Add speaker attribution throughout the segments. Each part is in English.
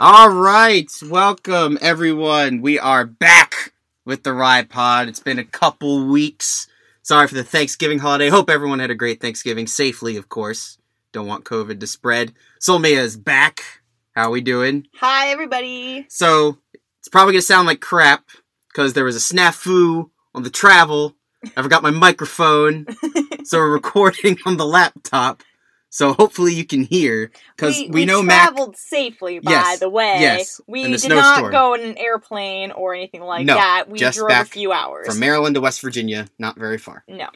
Speaker 1: All right, welcome everyone. We are back with the Ride Pod. It's been a couple weeks. Sorry for the Thanksgiving holiday. Hope everyone had a great Thanksgiving safely, of course. Don't want COVID to spread. Solmia is back. How we doing?
Speaker 2: Hi, everybody.
Speaker 1: So it's probably gonna sound like crap because there was a snafu on the travel. I forgot my microphone, so we're recording on the laptop. So hopefully you can hear because we, know Mac.
Speaker 2: traveled safely. By
Speaker 1: Yes,
Speaker 2: the way,
Speaker 1: yes,
Speaker 2: we
Speaker 1: in a
Speaker 2: did not
Speaker 1: snowstorm.
Speaker 2: go in an airplane or anything like
Speaker 1: No,
Speaker 2: that. We
Speaker 1: just
Speaker 2: drove a
Speaker 1: back
Speaker 2: few hours.
Speaker 1: from Maryland to West Virginia, not very far.
Speaker 2: no,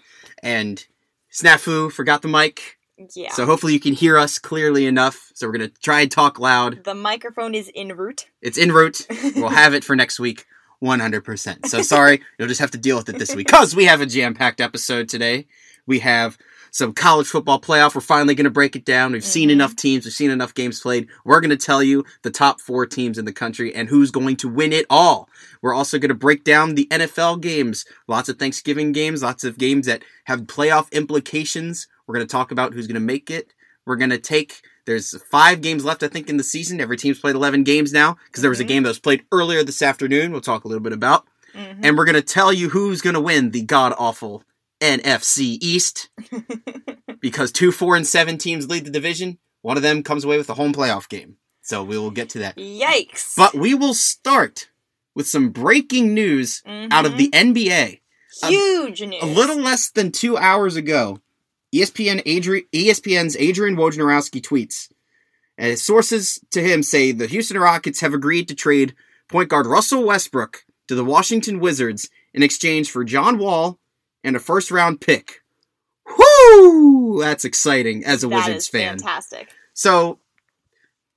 Speaker 1: And Snafu forgot the mic,
Speaker 2: yeah,
Speaker 1: so hopefully you can hear us clearly enough. So we're gonna try and talk loud.
Speaker 2: the microphone is en route.
Speaker 1: It's en route. We'll have it for next week, 100%. So sorry, you'll just have to deal with it this week because we have a jam packed episode today. We have some college football playoff. We're finally going to break it down. We've seen
Speaker 2: Mhm.
Speaker 1: enough teams, we've seen enough games played. We're going to tell you the top four teams in the country and who's going to win it all. We're also going to break down the NFL games, lots of Thanksgiving games, lots of games that have playoff implications. We're going to talk about who's going to make it. We're going to take there's five games left, I think, in the season. Every team's played 11 games now because there was a
Speaker 2: Mhm.
Speaker 1: game that was played earlier this afternoon. We'll talk a little bit about.
Speaker 2: Mhm.
Speaker 1: And we're going to tell you who's going to win the god awful NFC East because two, four, and seven teams lead the division. One of them comes away with a home playoff game. So we will get to that.
Speaker 2: Yikes!
Speaker 1: But we will start with some breaking news out of the NBA.
Speaker 2: Mhm. Mm-hmm. huge news.
Speaker 1: A little less than two hours ago, E ESPN Adri- E ESPN's Adrian Wojnarowski tweets, and his sources to him say the Houston Rockets have agreed to trade point guard Russell Westbrook to the Washington Wizards in exchange for John Wall and a first round pick. Whoo! That's exciting as a
Speaker 2: That
Speaker 1: Wizards
Speaker 2: is
Speaker 1: fan.
Speaker 2: Fantastic.
Speaker 1: So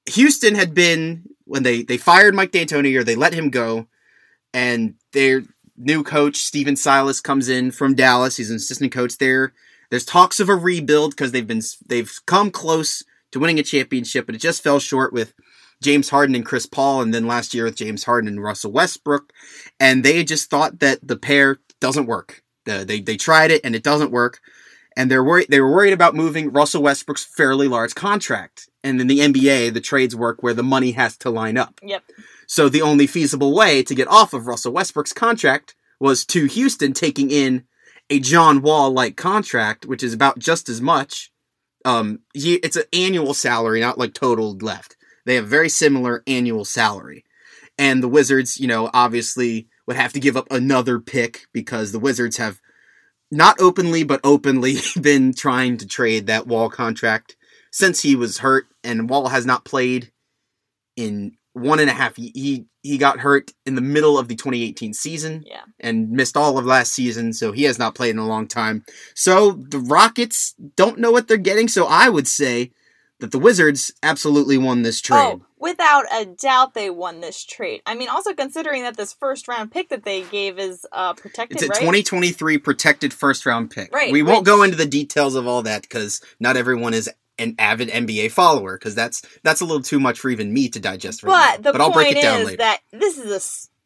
Speaker 1: Houston had been when they they fired Mike D'Antoni or they let him go, and their new coach Steven Silas comes in from Dallas. He's an assistant coach there. There's talks of a rebuild because they've been they've come close to winning a championship, but it just fell short with James Harden and Chris Paul, and then last year with James Harden and Russell Westbrook, and they just thought that the pair doesn't work. The- they they tried it and it doesn't work and they're worried they were worried about moving Russell Westbrook's fairly large contract. And in the NBA, the trades work where the money has to line up.
Speaker 2: Yep.
Speaker 1: So the only feasible way to get off of Russell Westbrook's contract was to Houston taking in a John Wall like contract, which is about just as much. Um, ye- it's an annual salary, not like total left. They have very similar annual salary, and the Wizards, you know, obviously would have to give up another pick because the Wizards have not openly but openly been trying to trade that Wall contract since he was hurt, and Wall has not played in one and a half. He he, he got hurt in the middle of the 2018 season
Speaker 2: Yeah.
Speaker 1: and missed all of last season, so he has not played in a long time. So the Rockets don't know what they're getting. So I would say that the Wizards absolutely won this trade.
Speaker 2: Oh, without a doubt, they won this trade. I mean, also considering that this first round pick that they gave is uh, protected,
Speaker 1: It's a
Speaker 2: right?
Speaker 1: 2023 protected first round pick.
Speaker 2: Right,
Speaker 1: We won't
Speaker 2: which-
Speaker 1: go into the details of all that because not everyone is an avid NBA follower because that's that's a little too much for even me to digest. Right
Speaker 2: But
Speaker 1: now.
Speaker 2: the
Speaker 1: but I'll
Speaker 2: point
Speaker 1: break it down
Speaker 2: is
Speaker 1: later.
Speaker 2: that this is a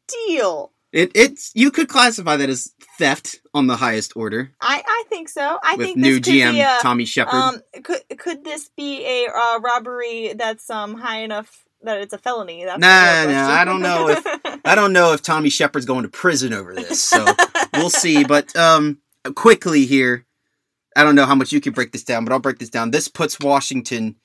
Speaker 2: steal.
Speaker 1: it, it's you could classify that as theft on the highest order
Speaker 2: I, I think so. I
Speaker 1: with
Speaker 2: think
Speaker 1: new
Speaker 2: this could
Speaker 1: GM
Speaker 2: be a,
Speaker 1: Tommy Shepard.
Speaker 2: um could could this be a uh, robbery that's um high enough that it's a felony? That's the
Speaker 1: Nah,
Speaker 2: real
Speaker 1: nah, I don't know if-
Speaker 2: question.
Speaker 1: I don't know if Tommy Shepard's going to prison over this, so we'll see. But um, quickly here, I don't know how much you can break this down, but I'll break this down. This puts Washington.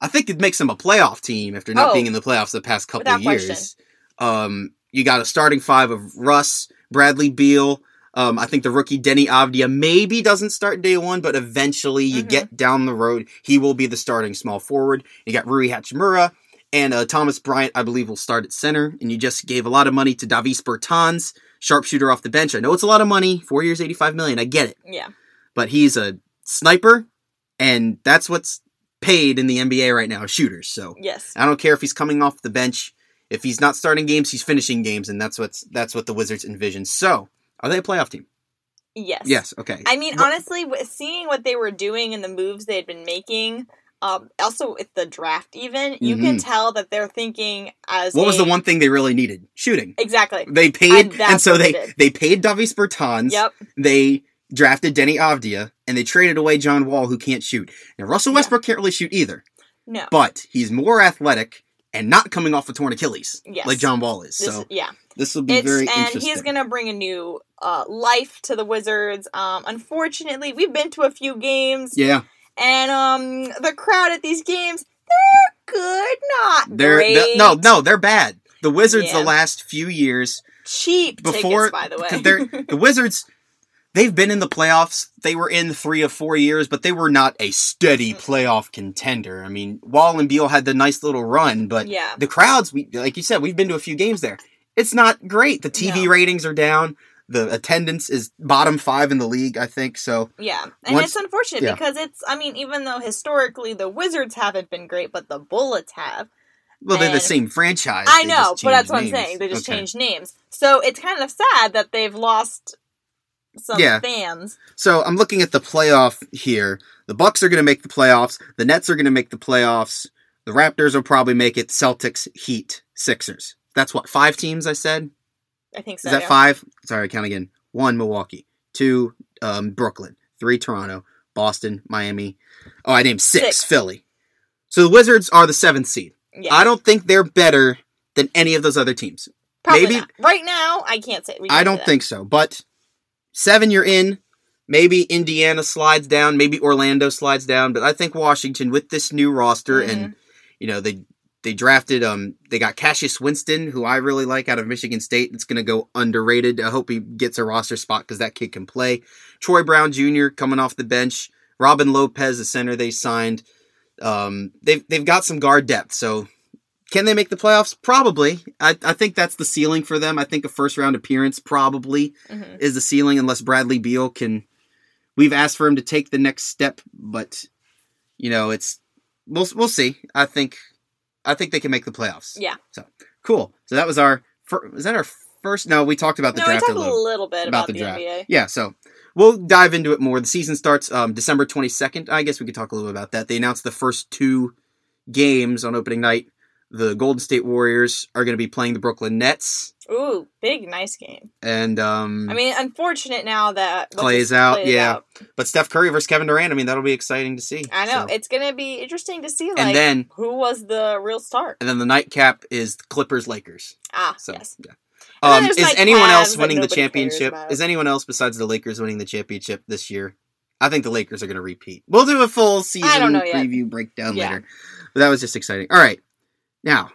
Speaker 1: I think it makes them a playoff team after not
Speaker 2: Oh.
Speaker 1: being in the playoffs the past couple
Speaker 2: Without
Speaker 1: of years. Um, you got a starting five of Russ, Bradley Beal. Um, I think the rookie Denny Avdia maybe doesn't start day one, but eventually you
Speaker 2: Mhm.
Speaker 1: get down the road, he will be the starting small forward. You got Rui Hachimura, and uh, Thomas Bryant, I believe, will start at center. And you just gave a lot of money to Davis Bertans, sharpshooter off the bench. I know it's a lot of money, four years, eighty-five million. I get it,
Speaker 2: yeah,
Speaker 1: but he's a sniper, and that's what's paid in the NBA right now, shooters. So
Speaker 2: yes,
Speaker 1: I don't care if he's coming off the bench, if he's not starting games, he's finishing games, and that's what's that's what the Wizards envision. So are they a playoff team?
Speaker 2: yes,
Speaker 1: Yes. Okay.
Speaker 2: I mean,
Speaker 1: Wha-
Speaker 2: honestly, w- seeing what they were doing and the moves they had been making, um, also with the draft, even you can tell that they're thinking as
Speaker 1: Mm-hmm. What was
Speaker 2: a-
Speaker 1: the one thing they really needed? Shooting.
Speaker 2: exactly?
Speaker 1: They paid,
Speaker 2: And
Speaker 1: and,
Speaker 2: that's
Speaker 1: so
Speaker 2: what they
Speaker 1: they
Speaker 2: did.
Speaker 1: they paid Davis Bertans.
Speaker 2: Yep,
Speaker 1: they drafted Denny Avdia, and they traded away John Wall, who can't shoot. Now Russell
Speaker 2: Yeah.
Speaker 1: Westbrook can't really shoot either,
Speaker 2: No.
Speaker 1: but he's more athletic and not coming off a torn Achilles
Speaker 2: Yes.
Speaker 1: like John Wall is.
Speaker 2: This-
Speaker 1: so
Speaker 2: yeah,
Speaker 1: this will be
Speaker 2: it's
Speaker 1: very
Speaker 2: and
Speaker 1: interesting.
Speaker 2: he's gonna bring a new uh, life to the Wizards. Um, unfortunately, we've been to a few games,
Speaker 1: yeah,
Speaker 2: and um, the crowd at these games they're good, not
Speaker 1: they're,
Speaker 2: great.
Speaker 1: they're- no, no, they're bad. The Wizards
Speaker 2: Yeah.
Speaker 1: the last few years
Speaker 2: cheap
Speaker 1: before
Speaker 2: tickets, by the
Speaker 1: 'cause
Speaker 2: way.
Speaker 1: they're the Wizards. They've been in the playoffs. They were in three of four years, but they were not a steady playoff contender. I mean, Wall and Beal had the nice little run, but
Speaker 2: yeah,
Speaker 1: the crowds, we like you said, we've been to a few games there. It's not great. The TV
Speaker 2: No.
Speaker 1: ratings are down. The attendance is bottom five in the league, I think. So
Speaker 2: yeah, and
Speaker 1: once-
Speaker 2: it's unfortunate
Speaker 1: yeah.
Speaker 2: because it's. I mean, even though historically the Wizards haven't been great, but the Bullets have.
Speaker 1: well, they're the
Speaker 2: And-
Speaker 1: same franchise.
Speaker 2: I
Speaker 1: They
Speaker 2: know,
Speaker 1: just
Speaker 2: but that's
Speaker 1: changed
Speaker 2: what I'm
Speaker 1: names.
Speaker 2: saying. They just
Speaker 1: Okay.
Speaker 2: changed names. So it's kind of sad that they've lost some
Speaker 1: Yeah.
Speaker 2: fans.
Speaker 1: So I'm looking at the playoff here. The Bucks are going to make the playoffs. The Nets are going to make the playoffs. The Raptors will probably make it. Celtics, Heat, Sixers. That's what five teams I said.
Speaker 2: I think so.
Speaker 1: Is that
Speaker 2: yeah.
Speaker 1: five? Sorry, count again. One Milwaukee, two um, Brooklyn, three Toronto, Boston, Miami. Oh, I named six,
Speaker 2: Six.
Speaker 1: Philly. So the Wizards are the seventh seed.
Speaker 2: Yeah.
Speaker 1: I don't think they're better than any of those other teams.
Speaker 2: Probably
Speaker 1: maybe-
Speaker 2: not. right now I can't say. we
Speaker 1: I
Speaker 2: can't
Speaker 1: don't
Speaker 2: say that.
Speaker 1: think so. But seven, you're in. Maybe Indiana slides down. Maybe Orlando slides down. But I think Washington with this new roster and you know they they drafted um they got Cassius Winston who I really like out of Michigan State. It's going to go underrated. I hope he gets a roster spot because that kid can play. Troy Brown Jr. coming off the bench. Robin Lopez, the center they signed. Um, they've they've got some guard depth. So can they make the playoffs? Probably. I, I think that's the ceiling for them. I think a first round appearance probably
Speaker 2: Mhm.
Speaker 1: is the ceiling unless Bradley Beal can. We've asked for him to take the next step, but you know it's we'll we'll see. I think I think they can make the playoffs.
Speaker 2: Yeah.
Speaker 1: Cool. So that was our fir- was that our first? No, we talked about the
Speaker 2: No, we
Speaker 1: draft
Speaker 2: talked
Speaker 1: a little.
Speaker 2: a little bit
Speaker 1: about
Speaker 2: about,
Speaker 1: the
Speaker 2: the,
Speaker 1: draft.
Speaker 2: NBA.
Speaker 1: Yeah, so we'll dive into it more. The season starts um, December 22nd. I guess we could talk a little bit about that. They announced the first two games on opening night. The Golden State Warriors are going to be playing the Brooklyn Nets,
Speaker 2: Ooh, big nice game.
Speaker 1: and um,
Speaker 2: I mean, unfortunate now that what's
Speaker 1: Clay's
Speaker 2: his-
Speaker 1: out,
Speaker 2: Clay's
Speaker 1: yeah. but Steph Curry versus Kevin Durant. I mean, that'll be exciting to see.
Speaker 2: I know
Speaker 1: So-
Speaker 2: it's gonna be interesting to see like
Speaker 1: and then
Speaker 2: who was the real star.
Speaker 1: and then the nightcap is Clippers Lakers.
Speaker 2: Ah,
Speaker 1: So
Speaker 2: yes.
Speaker 1: yeah.
Speaker 2: And then
Speaker 1: Um,
Speaker 2: there's,
Speaker 1: is
Speaker 2: like,
Speaker 1: anyone
Speaker 2: Cavs
Speaker 1: else
Speaker 2: that
Speaker 1: winning the
Speaker 2: nobody cares
Speaker 1: championship?
Speaker 2: about.
Speaker 1: Is anyone else besides the Lakers winning the championship this year? I think the Lakers are going to repeat. We'll do a full season
Speaker 2: I don't know yet.
Speaker 1: preview breakdown
Speaker 2: Yeah.
Speaker 1: later. But that was just exciting. All right. Now,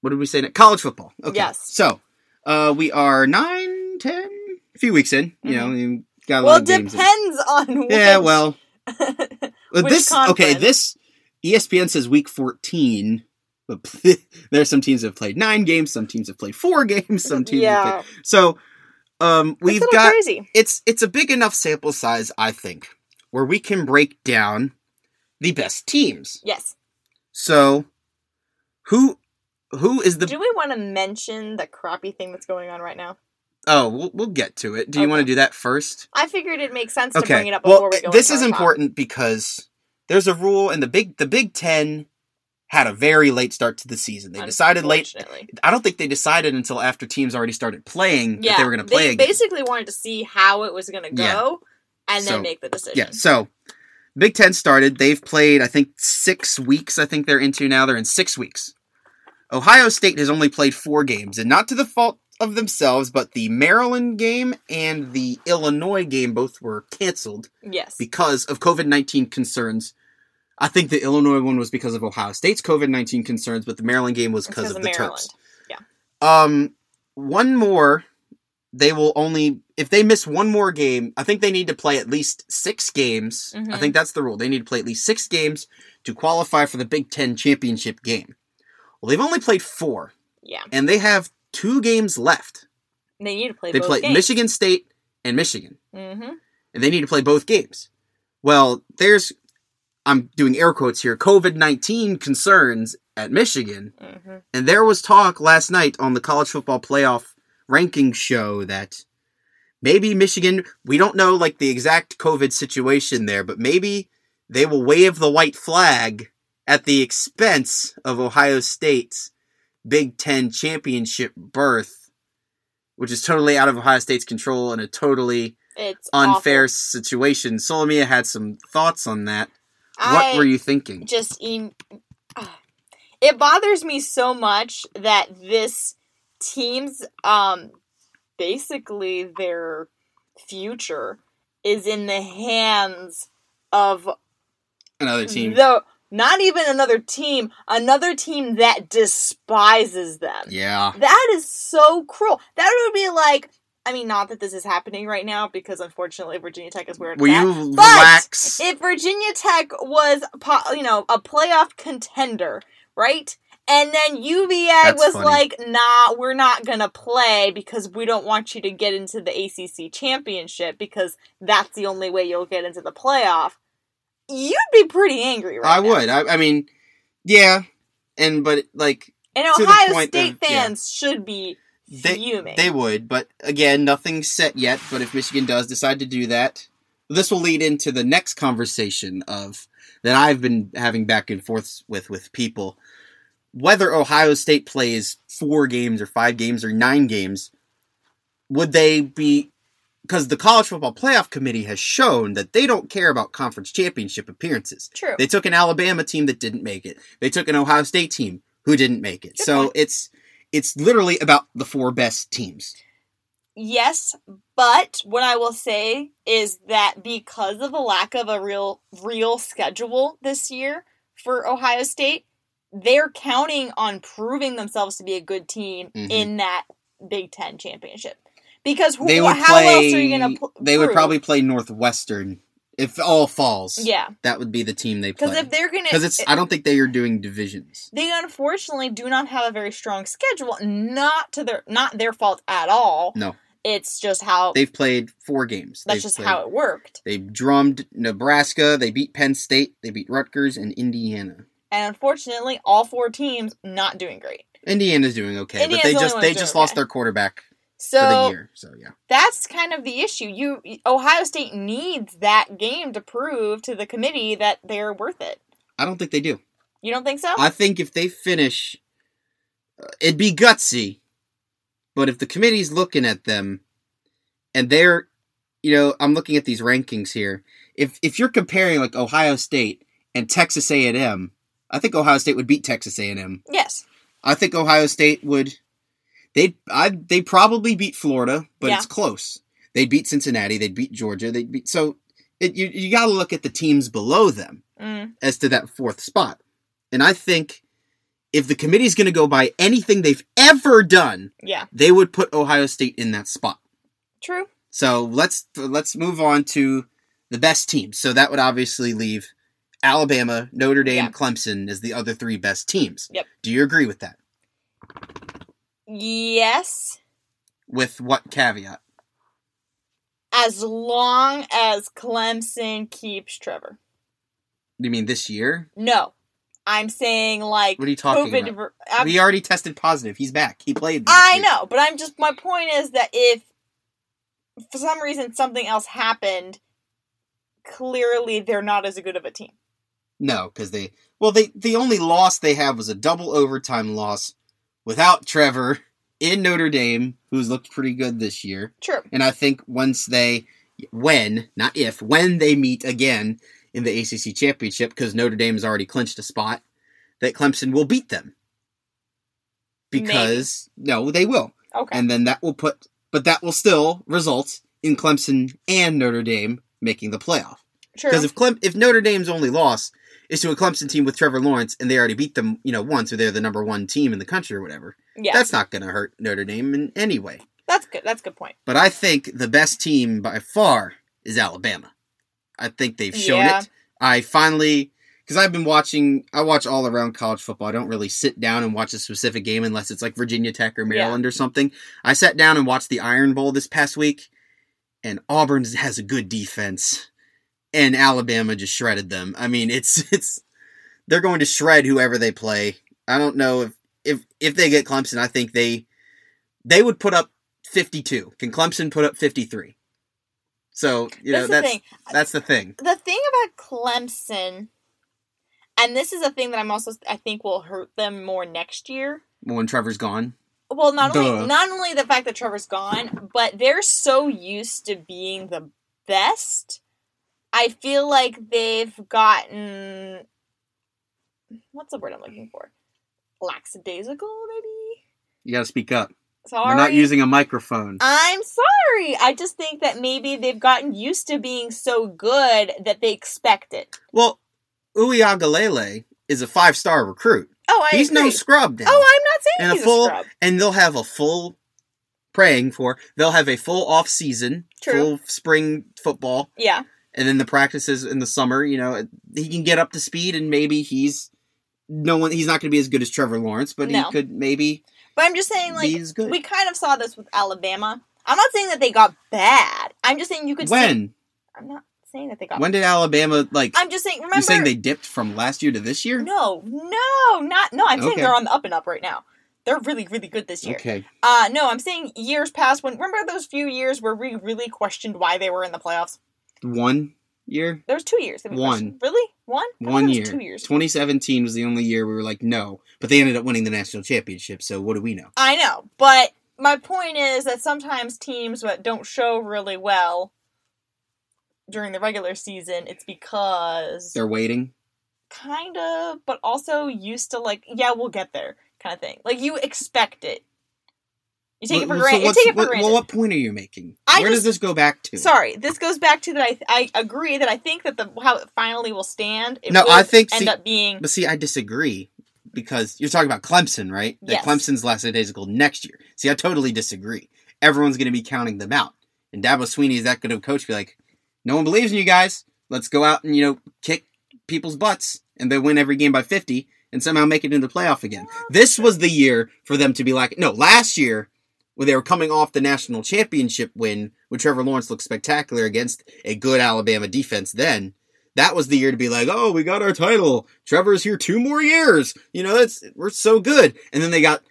Speaker 1: what did we say? Next? College football. Okay.
Speaker 2: Yes.
Speaker 1: So, uh, we are nine, ten, a few weeks in. You know, you got a
Speaker 2: Mm-hmm. Well,
Speaker 1: lot of games. in.
Speaker 2: depends on.
Speaker 1: Yeah,
Speaker 2: which-
Speaker 1: well, well,
Speaker 2: Which
Speaker 1: this okay.
Speaker 2: conference?
Speaker 1: This E ESPN says week fourteen, but there's some teams that have played nine games, some teams have played four games, some teams. Have played,
Speaker 2: yeah,
Speaker 1: so um,
Speaker 2: we've
Speaker 1: we've got
Speaker 2: crazy.
Speaker 1: it's it's a big enough sample size, I think, where we can break down the best teams.
Speaker 2: Yes.
Speaker 1: So who who is the
Speaker 2: do we want to mention the crappy thing that's going on right now?
Speaker 1: oh we'll, we'll get to it. Do you
Speaker 2: Okay.
Speaker 1: want to do that first?
Speaker 2: I figured it makes sense to bring
Speaker 1: Okay.
Speaker 2: it up before
Speaker 1: Well,
Speaker 2: we go.
Speaker 1: this
Speaker 2: into
Speaker 1: is
Speaker 2: our top.
Speaker 1: important because there's a rule, and the big the Big Ten had a very late start to the season. They decided late.
Speaker 2: Unfortunately.
Speaker 1: I don't think they decided until after teams already started playing
Speaker 2: Yeah,
Speaker 1: that they were going to play again.
Speaker 2: basically wanted to see how it was going to go
Speaker 1: Yeah.
Speaker 2: and
Speaker 1: So,
Speaker 2: then make the decision.
Speaker 1: Yeah, so Big Ten started. They've played, I think, six weeks. I think they're into now. They're in six weeks. Ohio State has only played four games, and not to the fault of themselves, but the Maryland game and the Illinois game both were canceled
Speaker 2: Yes.
Speaker 1: because of COVID 19 concerns. I think the Illinois one was because of Ohio State's COVID 19 concerns, but the Maryland game was
Speaker 2: It's
Speaker 1: because of, the
Speaker 2: Maryland.
Speaker 1: Terps. Um, one more. They will only if they miss one more game. I think they need to play at least six games. I
Speaker 2: Mhm.
Speaker 1: think that's the rule. They need to play at least six games to qualify for the Big Ten championship game. Well, they've only played four,
Speaker 2: Yeah.
Speaker 1: and they have two games left.
Speaker 2: They need to play
Speaker 1: they
Speaker 2: both
Speaker 1: play
Speaker 2: games.
Speaker 1: Michigan State and Michigan,
Speaker 2: Mhm.
Speaker 1: and they need to play both games. Well, there's I'm doing air quotes here. COVID nineteen concerns at Michigan
Speaker 2: Mhm.
Speaker 1: and there was talk last night on the college football playoff ranking show that maybe Michigan, we don't know like the exact COVID situation there, but maybe they will wave the white flag at the expense of Ohio State's Big Ten championship berth, which is totally out of Ohio State's control and a totally
Speaker 2: It's
Speaker 1: unfair
Speaker 2: awful.
Speaker 1: situation. Solomia had some thoughts on that.
Speaker 2: I
Speaker 1: what were you thinking?
Speaker 2: Just in, Ugh. it bothers me so much that this team's um basically their future is in the hands of
Speaker 1: Another team.
Speaker 2: the not even another team, another team that despises them.
Speaker 1: yeah.
Speaker 2: That is so cruel. That would be like, I mean, not that this is happening right now because unfortunately Virginia Tech is where it's
Speaker 1: Will
Speaker 2: at.
Speaker 1: you
Speaker 2: But
Speaker 1: relax?
Speaker 2: If Virginia Tech was, po- you know, a playoff contender, right? And then UVA
Speaker 1: That's
Speaker 2: was
Speaker 1: funny.
Speaker 2: like, nah, we're not going to play because we don't want you to get into the ACC championship because that's the only way you'll get into the playoff. You'd be pretty angry, right?
Speaker 1: I
Speaker 2: now.
Speaker 1: would. I, I mean, yeah. And but like
Speaker 2: And
Speaker 1: To the
Speaker 2: Ohio
Speaker 1: point
Speaker 2: State
Speaker 1: of- yeah.
Speaker 2: fans should be
Speaker 1: They-
Speaker 2: fuming.
Speaker 1: they would, but again, nothing's set yet. But if Michigan does decide to do that, this will lead into the next conversation of that I've been having back and forth with with people whether Ohio State plays four games or five games or nine games. Would they be because the College Football Playoff Committee has shown that they don't care about conference championship appearances.
Speaker 2: True.
Speaker 1: They took an Alabama team that didn't make it. They took an Ohio State team who didn't make it.
Speaker 2: Good
Speaker 1: so
Speaker 2: point.
Speaker 1: it's it's literally about the four best teams.
Speaker 2: Yes, but what I will say is that because of the lack of a real real schedule this year for Ohio State, they're counting on proving themselves to be a good team
Speaker 1: Mhm.
Speaker 2: in that Big 10 championship. Because who,
Speaker 1: They would
Speaker 2: how
Speaker 1: play.
Speaker 2: else are you going to pl-
Speaker 1: they would
Speaker 2: prove?
Speaker 1: probably play Northwestern if all falls.
Speaker 2: Yeah,
Speaker 1: that would be the team they play.
Speaker 2: cuz if they're going
Speaker 1: because it's I don't think they are doing divisions.
Speaker 2: they unfortunately do not have a very strong schedule, not to their not their fault at all.
Speaker 1: No.
Speaker 2: It's just how
Speaker 1: They've played four games.
Speaker 2: that's
Speaker 1: They've
Speaker 2: just
Speaker 1: played-
Speaker 2: how it worked.
Speaker 1: They drummed Nebraska. They beat Penn State. They beat Rutgers and Indiana.
Speaker 2: And unfortunately, all four teams not doing great.
Speaker 1: Indiana's doing okay, but
Speaker 2: Indiana's the
Speaker 1: they
Speaker 2: only
Speaker 1: just
Speaker 2: one
Speaker 1: they
Speaker 2: doing
Speaker 1: just lost
Speaker 2: okay.
Speaker 1: their quarterback for the
Speaker 2: So
Speaker 1: year. So yeah,
Speaker 2: that's kind of the issue. You Ohio State needs that game to prove to the committee that they're worth it.
Speaker 1: I don't think they do.
Speaker 2: You don't think so?
Speaker 1: I think if they finish, uh, it'd be gutsy. But if the committee's looking at them, and they're, you know, I'm looking at these rankings here. If if you're comparing like Ohio State and Texas A&M, I think Ohio State would beat Texas A&M.
Speaker 2: yes.
Speaker 1: I think Ohio State would. They I they probably beat Florida, but
Speaker 2: Yeah.
Speaker 1: it's close. They would beat Cincinnati. They would beat Georgia. They would beat so. It, you you got to look at the teams below them
Speaker 2: Mm.
Speaker 1: as to that fourth spot. And I think if the committee's going to go by anything they've ever done,
Speaker 2: Yeah.
Speaker 1: they would put Ohio State in that spot.
Speaker 2: True.
Speaker 1: So let's let's move on to the best teams. So that would obviously leave Alabama, Notre Dame,
Speaker 2: Yeah.
Speaker 1: Clemson as the other three best teams.
Speaker 2: Yep.
Speaker 1: Do you agree with that?
Speaker 2: Yes.
Speaker 1: With what caveat?
Speaker 2: As long as Clemson keeps Trevor.
Speaker 1: You mean this year?
Speaker 2: No. I'm saying like
Speaker 1: What are you talking
Speaker 2: COVID
Speaker 1: about?
Speaker 2: ver- I'm-
Speaker 1: he already tested positive. He's back. He played. this
Speaker 2: Um, I
Speaker 1: year.
Speaker 2: know, but I'm just my point is that if for some reason something else happened, clearly they're not as good of a team.
Speaker 1: No, because they well they the only loss they have was a double overtime loss without Trevor in Notre Dame, who's looked pretty good this year.
Speaker 2: True.
Speaker 1: And I think once they when not if when they meet again in the ACC championship, because Notre Dame has already clinched a spot, that Clemson will beat them.
Speaker 2: Maybe.
Speaker 1: Because no, they will,
Speaker 2: Okay.
Speaker 1: and then that will put, but that will still result in Clemson and Notre Dame making the playoff.
Speaker 2: True.
Speaker 1: Because if Clem- if Notre Dame's only loss is to a Clemson team with Trevor Lawrence and they already beat them, you know, once or they're the number one team in the country or whatever,
Speaker 2: yeah. That's,
Speaker 1: that's not going to hurt Notre Dame in any way.
Speaker 2: good. That's a good point.
Speaker 1: But I think the best team by far is Alabama. I think they've shown
Speaker 2: Yeah.
Speaker 1: it. I finally, because I've been watching, I watch all around college football. I don't really sit down and watch a specific game unless it's like Virginia Tech or Maryland or something. I sat down and watched the Iron Bowl this past week, and Auburn has a good defense, and Alabama just shredded them. I mean, it's it's they're going to shred whoever they play. I don't know if if if they get Clemson, I think they they would put up 52. Can Clemson put up 53? So, you know,
Speaker 2: that's the
Speaker 1: that's
Speaker 2: thing.
Speaker 1: that's the thing.
Speaker 2: The thing about Clemson, and this is a thing that I'm also I think will hurt them more next year.
Speaker 1: When Trevor's gone.
Speaker 2: well, not
Speaker 1: Duh.
Speaker 2: only not only the fact that Trevor's gone, but they're so used to being the best. I feel like they've gotten what's the word I'm looking for? Lackadaisical, maybe.
Speaker 1: You gotta speak up.
Speaker 2: Sorry, Uh,
Speaker 1: We're not using a microphone.
Speaker 2: I'm sorry. I just think that maybe they've gotten used to being so good that they expect it.
Speaker 1: Well, Uyagalele is a five star recruit.
Speaker 2: Oh, I
Speaker 1: He's no
Speaker 2: agree.
Speaker 1: scrub now.
Speaker 2: Oh, I'm not saying
Speaker 1: And a
Speaker 2: he's
Speaker 1: full-
Speaker 2: a scrub.
Speaker 1: and they'll have a full praying for they'll have a full off season,
Speaker 2: True.
Speaker 1: full spring football,
Speaker 2: Yeah,
Speaker 1: and then the practices in the summer. You know, he can get up to speed, and maybe he's no one. He's not going to be as good as Trevor Lawrence, but
Speaker 2: No.
Speaker 1: he could maybe
Speaker 2: but I'm just saying like
Speaker 1: be as good.
Speaker 2: we kind of saw this with Alabama. I'm not saying that they got bad. I'm just saying you could. see-
Speaker 1: When
Speaker 2: I'm not saying that they got.
Speaker 1: when did Alabama like?
Speaker 2: I'm just saying. Remember?
Speaker 1: you're saying they dipped from last year to this year?
Speaker 2: no, no, not no. I'm saying
Speaker 1: Okay.
Speaker 2: they're on the up and up right now. They're really, really good this year.
Speaker 1: Okay,
Speaker 2: Uh no, I'm saying years past when remember those few years where we really questioned why they were in the playoffs.
Speaker 1: one year,
Speaker 2: There was two years. That we
Speaker 1: One.
Speaker 2: questioned. really one I thought
Speaker 1: one
Speaker 2: it was
Speaker 1: year.
Speaker 2: two years.
Speaker 1: 2017 was the only year we were like no, but they ended up winning the national championship. So what do we know?
Speaker 2: I know, but my point is that sometimes teams that don't show really well during the regular season, it's because
Speaker 1: They're waiting.
Speaker 2: kind of, but also used to like, yeah, we'll get there kind of thing. Like you expect it. You take it for
Speaker 1: Well,
Speaker 2: granted. You
Speaker 1: what's-
Speaker 2: take it for
Speaker 1: what-
Speaker 2: granted.
Speaker 1: Well, what point are you making?
Speaker 2: I
Speaker 1: Where does
Speaker 2: just-
Speaker 1: this go back to?
Speaker 2: Sorry, this goes back to that. I I agree that I think that the how it finally will stand. It
Speaker 1: No,
Speaker 2: will
Speaker 1: I think-
Speaker 2: end
Speaker 1: see-
Speaker 2: up being
Speaker 1: But see, I disagree because you're talking about Clemson, right? That
Speaker 2: Yes.
Speaker 1: Clemson's last days ago next year. See, I totally disagree. Everyone's going to be counting them out. And Dabo Sweeney is that good of a coach. Be like, no one believes in you guys. Let's go out and, you know, kick people's butts. And they win every game by 50 and somehow make it into the playoff again. This was the year for them to be like, no, last year when they were coming off the national championship win, when Trevor Lawrence looked spectacular against a good Alabama defense then, that was the year to be like, oh, we got our title. Trevor's here two more years. You know, that's we're so good. And then they got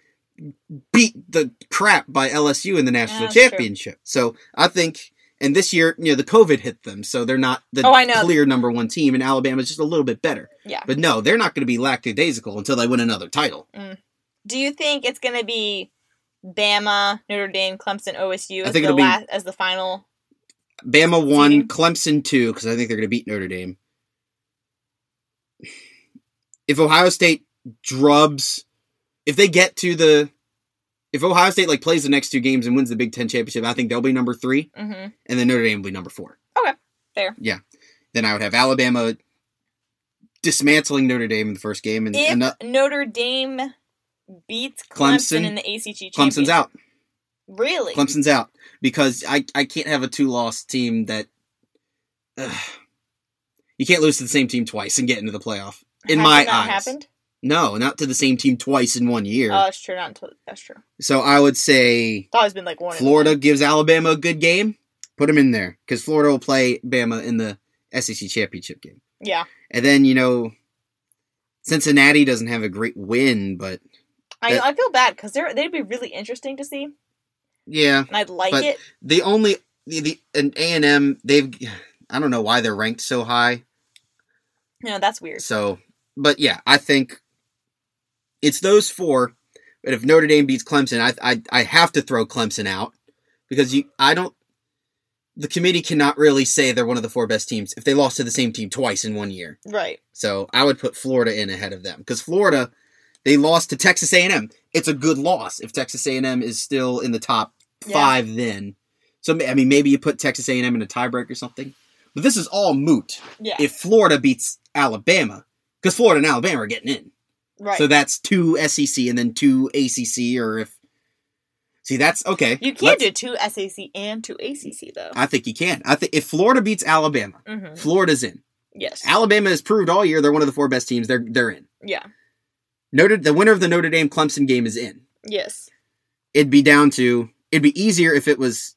Speaker 1: beat the crap by LSU in the national
Speaker 2: that's true.
Speaker 1: championship. So I think and this year, you know, the COVID hit them, so they're not the
Speaker 2: Oh, I know.
Speaker 1: clear number one team, and Alabama's just a little bit better.
Speaker 2: yeah.
Speaker 1: But no, they're not going to be lackadaisical until they win another title.
Speaker 2: Do you think it's going to be Bama, Notre Dame, Clemson, OSU
Speaker 1: I
Speaker 2: as
Speaker 1: think
Speaker 2: the
Speaker 1: it'll be-
Speaker 2: last as the final?
Speaker 1: Bama one,
Speaker 2: Seeding.
Speaker 1: Clemson two, because I think they're going to beat Notre Dame. If Ohio State drubs, if they get to the, if Ohio State like plays the next two games and wins the Big Ten championship, I think they'll be number three,
Speaker 2: hmm
Speaker 1: and then Notre Dame will be number four.
Speaker 2: Okay, fair.
Speaker 1: Yeah, then I would have Alabama dismantling Notre Dame in the first game, and,
Speaker 2: If
Speaker 1: and uh,
Speaker 2: Notre Dame beats Clemson,
Speaker 1: Clemson-
Speaker 2: in the ACC,
Speaker 1: Clemson's
Speaker 2: championship.
Speaker 1: out.
Speaker 2: Really?
Speaker 1: Clemson's out because I I can't have a two loss team that. Ugh. you can't lose to the same team twice and get into the playoff. In
Speaker 2: Has
Speaker 1: my
Speaker 2: it not
Speaker 1: eyes,
Speaker 2: happened?
Speaker 1: no, not to the same team twice in one year.
Speaker 2: Oh, that's true. Not until that's true. It's
Speaker 1: so I would say
Speaker 2: always been like one. and-
Speaker 1: Florida gives Alabama a good game. Put them in there because Florida will play Bama in the SEC championship game,
Speaker 2: Yeah,
Speaker 1: and then you know. Cincinnati doesn't have a great win, but
Speaker 2: I,
Speaker 1: That-
Speaker 2: I feel bad because they're they'd be really interesting to see, and
Speaker 1: yeah,
Speaker 2: I'd like
Speaker 1: But-
Speaker 2: it.
Speaker 1: the only the, the and A and M they've I don't know why they're ranked so high.
Speaker 2: You know, that's weird.
Speaker 1: So, but yeah, I think it's those four. But if Notre Dame beats Clemson, I I, I have to throw Clemson out because you I don't. The committee cannot really say they're one of the four best teams if they lost to the same team twice in one year.
Speaker 2: Right.
Speaker 1: So I would put Florida in ahead of them because Florida, they lost to Texas A and M. It's a good loss if Texas A and M is still in the top
Speaker 2: Yeah.
Speaker 1: five. Then, so I mean, maybe you put Texas A and M in a tiebreak or something. But this is all moot
Speaker 2: Yeah.
Speaker 1: if Florida beats Alabama, because Florida and Alabama are getting in.
Speaker 2: right.
Speaker 1: So that's two SEC and then two ACC, or if. See, that's okay.
Speaker 2: you can't
Speaker 1: Let's- Uh,
Speaker 2: do two SAC and two ACC though.
Speaker 1: I think you can. I think if Florida beats Alabama,
Speaker 2: hmm
Speaker 1: Florida's in.
Speaker 2: Yes.
Speaker 1: Alabama has proved all year they're one of the four best teams. They're they're in.
Speaker 2: yeah.
Speaker 1: Notre the winner of the Notre Dame Clemson game is in.
Speaker 2: Yes.
Speaker 1: It'd be down to it'd be easier if it was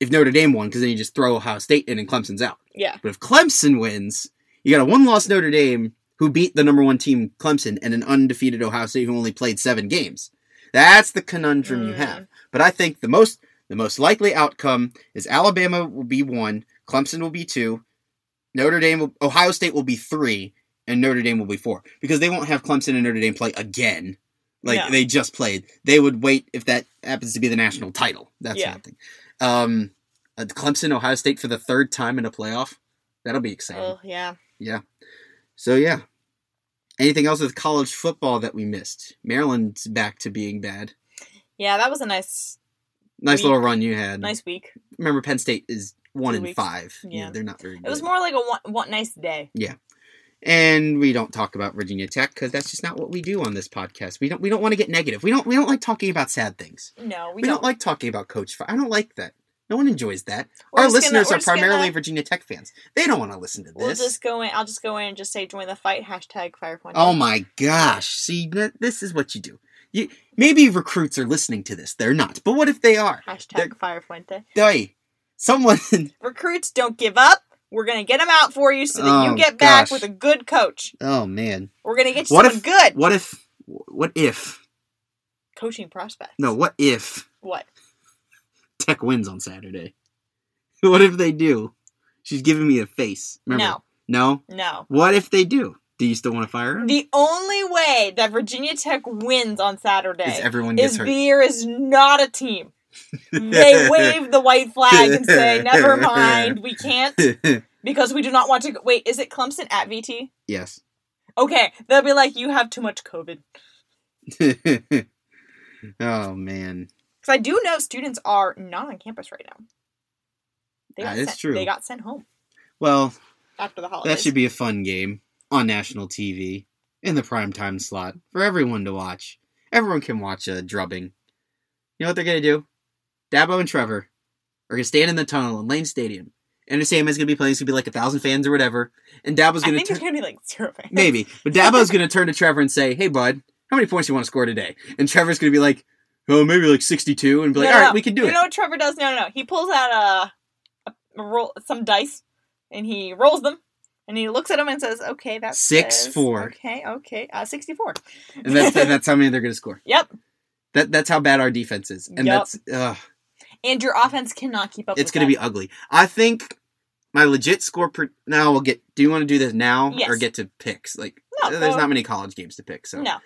Speaker 1: if Notre Dame won because then you just throw Ohio State in and Clemson's out.
Speaker 2: Yeah.
Speaker 1: But if Clemson wins, you got a one loss Notre Dame who beat the number one team Clemson and an undefeated Ohio State who only played seven games. That's the conundrum you
Speaker 2: Mm.
Speaker 1: have. But I think the most the most likely outcome is Alabama will be one, Clemson will be two, Notre Dame will, Ohio State will be three, and Notre Dame will be four. Because they won't have Clemson and Notre Dame play again Like
Speaker 2: No.
Speaker 1: they just played. They would wait if that happens to be the national title. That's
Speaker 2: Yeah.
Speaker 1: one thing. Um, uh, Clemson, Ohio State for the third time in a playoff. That'll be exciting.
Speaker 2: Oh yeah.
Speaker 1: So yeah. Anything else with college football that we missed? Maryland's back to being bad.
Speaker 2: Yeah, that was a nice
Speaker 1: Nice
Speaker 2: Week.
Speaker 1: little run you had.
Speaker 2: nice week.
Speaker 1: Remember, Penn State is one
Speaker 2: Two
Speaker 1: in
Speaker 2: weeks.
Speaker 1: five. Yeah.
Speaker 2: Yeah.
Speaker 1: they're not very good.
Speaker 2: It was more like a one, one nice day.
Speaker 1: and we don't talk about Virginia Tech because that's just not what we do on this podcast. We don't. We don't want to get negative. We don't. We don't like talking about sad things.
Speaker 2: No, we,
Speaker 1: We, don't. like talking about Coach. Fi- I don't like that. No one enjoys that.
Speaker 2: We're
Speaker 1: Our
Speaker 2: just gonna-
Speaker 1: listeners
Speaker 2: we're
Speaker 1: are
Speaker 2: just gonna-
Speaker 1: primarily Virginia Tech fans. They don't want to listen to this.
Speaker 2: We'll just go in. I'll just go in and just say join the fight hashtag Firepoint.
Speaker 1: Oh my gosh! See, th- this is what you do. You, maybe recruits are listening to this. They're not. But what if they are? They're-
Speaker 2: hashtag Firefuente.
Speaker 1: Hey, someone.
Speaker 2: Recruits, don't give up. We're gonna get them out for you so that
Speaker 1: Oh,
Speaker 2: you get
Speaker 1: gosh.
Speaker 2: back with a good coach.
Speaker 1: oh man.
Speaker 2: We're gonna get you
Speaker 1: What
Speaker 2: someone
Speaker 1: if-
Speaker 2: good
Speaker 1: What if? What if?
Speaker 2: coaching prospect.
Speaker 1: No. What if
Speaker 2: What?
Speaker 1: Tech wins on Saturday? What if they do? She's giving me a face. Remember? No.
Speaker 2: No, no.
Speaker 1: What if they do? Do you still want to fire her?
Speaker 2: The only way that Virginia Tech wins on
Speaker 1: Is
Speaker 2: Saturday
Speaker 1: everyone gets
Speaker 2: is
Speaker 1: hurt?
Speaker 2: there is not a team. They wave the white flag and say, "Never mind, we can't because we do not want to." Go- Wait, is it Clemson at VT?
Speaker 1: yes.
Speaker 2: Okay, they'll be like, "You have too much COVID."
Speaker 1: oh man.
Speaker 2: Because I do know students are not on campus right now. They
Speaker 1: That
Speaker 2: got
Speaker 1: is
Speaker 2: sent,
Speaker 1: true.
Speaker 2: They got sent home
Speaker 1: Well,
Speaker 2: after the holidays.
Speaker 1: that should be a fun game on national TV in the prime time slot for everyone to watch. Everyone can watch a drubbing. You know what they're gonna do? Dabo and Trevor are gonna stand in the tunnel in Lane Stadium. Entertainment is gonna be playing. It's gonna be like a thousand fans or whatever. And Dabo's
Speaker 2: I
Speaker 1: gonna
Speaker 2: think
Speaker 1: turn-
Speaker 2: there's gonna be like zero fans.
Speaker 1: Maybe. But Dabo's going to turn to Trevor and say, hey, bud, how many points do you want to score today? And Trevor's going to be like, oh, maybe like 62. And be like, all right, we can do
Speaker 2: you
Speaker 1: it.
Speaker 2: know what Trevor does? No, no, no. He pulls out a, a roll, some dice, and he rolls them, and he looks at them and says, "Okay, that's
Speaker 1: Six, four.
Speaker 2: Okay, okay, uh, sixty-four.
Speaker 1: And that's, and that's how many they're going to score.
Speaker 2: Yep.
Speaker 1: That, that's how bad our defense is. And
Speaker 2: Yup.
Speaker 1: that's, uh,
Speaker 2: And your offense cannot keep up.
Speaker 1: it's
Speaker 2: with
Speaker 1: going to
Speaker 2: that.
Speaker 1: be ugly. I think my legit score per. Now we'll get. Do you want to do this now
Speaker 2: Yes.
Speaker 1: or get to picks? Like,
Speaker 2: No,
Speaker 1: there's
Speaker 2: go-
Speaker 1: not many college games to pick. So
Speaker 2: no.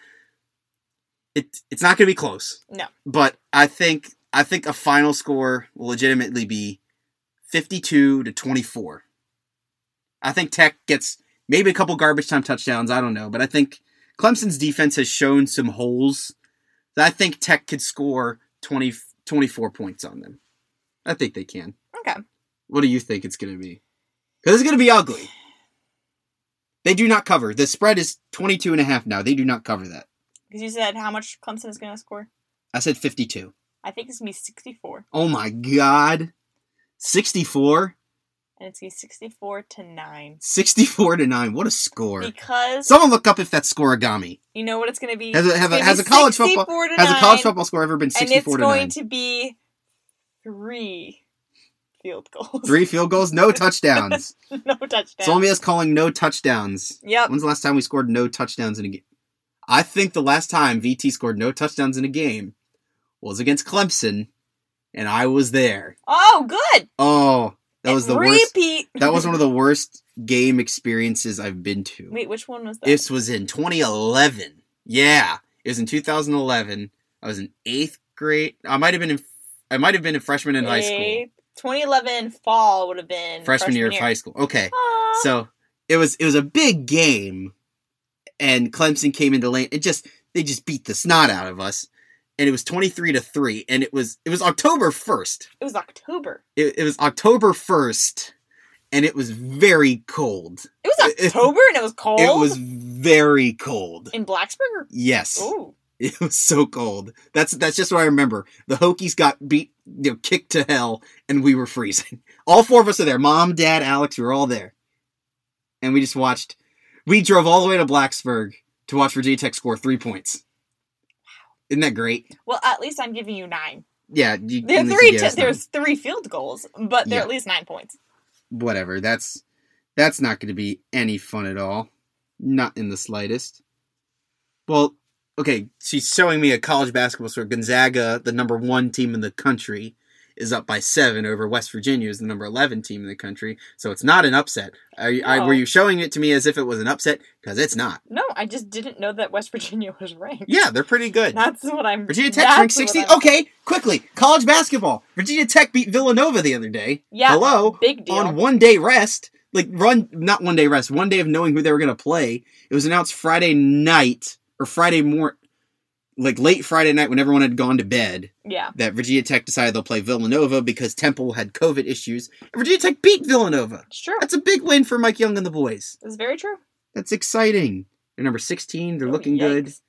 Speaker 1: it, it's not going to be close.
Speaker 2: No.
Speaker 1: But I think, I think a final score will legitimately be 52 to 24. I think Tech gets maybe a couple garbage time touchdowns. I don't know. But I think Clemson's defense has shown some holes that I think Tech could score 20, 24 points on them. I think they can.
Speaker 2: Okay.
Speaker 1: What do you think it's going to be? Because it's going to be ugly. They do not cover. The spread is 22 and a half now. They do not cover that.
Speaker 2: Because you said how much Clemson is gonna score.
Speaker 1: I said 52.
Speaker 2: I think it's gonna be sixty-four,
Speaker 1: Oh my God. 64?
Speaker 2: and it's gonna be sixty-four to nine.
Speaker 1: 64 to 9. What a score.
Speaker 2: Because
Speaker 1: Someone look up if that's scoregami.
Speaker 2: you know what it's gonna be.
Speaker 1: Has a,
Speaker 2: It's
Speaker 1: have a,
Speaker 2: gonna
Speaker 1: has
Speaker 2: be
Speaker 1: a college
Speaker 2: 64
Speaker 1: football
Speaker 2: to
Speaker 1: has a college
Speaker 2: nine,
Speaker 1: football score ever been
Speaker 2: and it's
Speaker 1: 64 to
Speaker 2: going
Speaker 1: 9?
Speaker 2: to be three field goals,
Speaker 1: Three field goals, no touchdowns.
Speaker 2: no touchdowns.
Speaker 1: Solmia's calling no touchdowns.
Speaker 2: yep,
Speaker 1: When's the last time we scored no touchdowns in a game? I think the last time VT scored no touchdowns in a game was against Clemson, and I was there.
Speaker 2: Oh, good.
Speaker 1: Oh, that was the
Speaker 2: Repeat.
Speaker 1: worst. That was one of the worst game experiences I've been to.
Speaker 2: Wait, which one was that?
Speaker 1: This was in 2011. Yeah, it was in 2011. I was in eighth grade. I might have been in. I might have been a freshman in high school.
Speaker 2: A 2011 fall would have been Ah,
Speaker 1: Freshman year of high school. Okay,
Speaker 2: Aw.
Speaker 1: so it was it was a big game, and Clemson came into lane and just they just beat the snot out of us, and it was 23 to three, and it was it was October 1st.
Speaker 2: it was October.
Speaker 1: It, it was October 1st, and it was very cold.
Speaker 2: It was
Speaker 1: It- it-
Speaker 2: October and it was cold.
Speaker 1: It was very cold.
Speaker 2: in Blacksburg.
Speaker 1: Yes.
Speaker 2: Oh,
Speaker 1: It was so cold. That's that's just what I remember. The Hokies got beat, you know, kicked to hell, and we were freezing. All four of us are there. Mom, Dad, Alex, we were all there, and we just watched. We drove all the way to Blacksburg to watch Virginia Tech score three points. Isn't that great?
Speaker 2: well, at least I'm giving you nine.
Speaker 1: Yeah, you,
Speaker 2: There
Speaker 1: at
Speaker 2: are
Speaker 1: least
Speaker 2: three.
Speaker 1: you gave
Speaker 2: T-
Speaker 1: us nine.
Speaker 2: there's three field goals, but they're
Speaker 1: Yeah.
Speaker 2: at least nine points.
Speaker 1: whatever. That's that's not going to be any fun at all. Not in the slightest. Well, okay, she's showing me a college basketball score. Gonzaga, the number one team in the country, is up by seven over West Virginia, is the number eleven team in the country. So it's not an upset. Are you, I,
Speaker 2: No.
Speaker 1: were you showing it to me as if it was an upset? Because it's not.
Speaker 2: No, I just didn't know that West Virginia was ranked.
Speaker 1: Yeah, they're pretty good.
Speaker 2: That's what I'm.
Speaker 1: Virginia Tech
Speaker 2: that's
Speaker 1: ranked Oh,
Speaker 2: what
Speaker 1: 16.
Speaker 2: I'm-
Speaker 1: Okay, quickly. College basketball. Virginia Tech beat Villanova the other day.
Speaker 2: Yeah.
Speaker 1: Hello.
Speaker 2: Big deal.
Speaker 1: On one day rest, like run, not one day rest, one day of knowing who they were going to play. It was announced Friday night or Friday morning, like late Friday night when everyone had gone to bed,
Speaker 2: yeah.
Speaker 1: that Virginia Tech decided they'll play Villanova because Temple had COVID issues. And Virginia Tech beat Villanova.
Speaker 2: It's true.
Speaker 1: That's a big win for Mike Young and the boys.
Speaker 2: It's very true.
Speaker 1: That's exciting. They're number 16. They're
Speaker 2: Oh,
Speaker 1: looking good.
Speaker 2: yikes.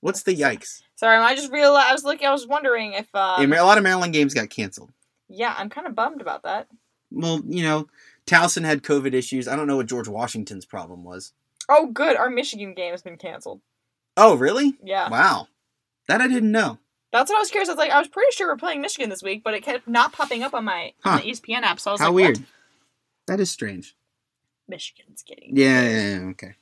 Speaker 1: What's the yikes?
Speaker 2: Sorry, I just realized. I was looking. I was wondering if. Um,
Speaker 1: a lot of Maryland games got canceled.
Speaker 2: yeah, I'm kind of bummed about that.
Speaker 1: well, you know, Towson had COVID issues. I don't know what George Washington's problem was.
Speaker 2: Oh, good. Our Michigan game has been canceled.
Speaker 1: Oh, really?
Speaker 2: Yeah,
Speaker 1: Wow. That I didn't know.
Speaker 2: that's what I was curious. I was like, I was pretty sure we're playing Michigan this week, but it kept not popping up on my E on
Speaker 1: Huh.
Speaker 2: the ESPN app. So I was
Speaker 1: How
Speaker 2: like,
Speaker 1: weird.
Speaker 2: What?
Speaker 1: That is strange.
Speaker 2: Michigan's getting.
Speaker 1: Yeah, yeah, yeah, okay.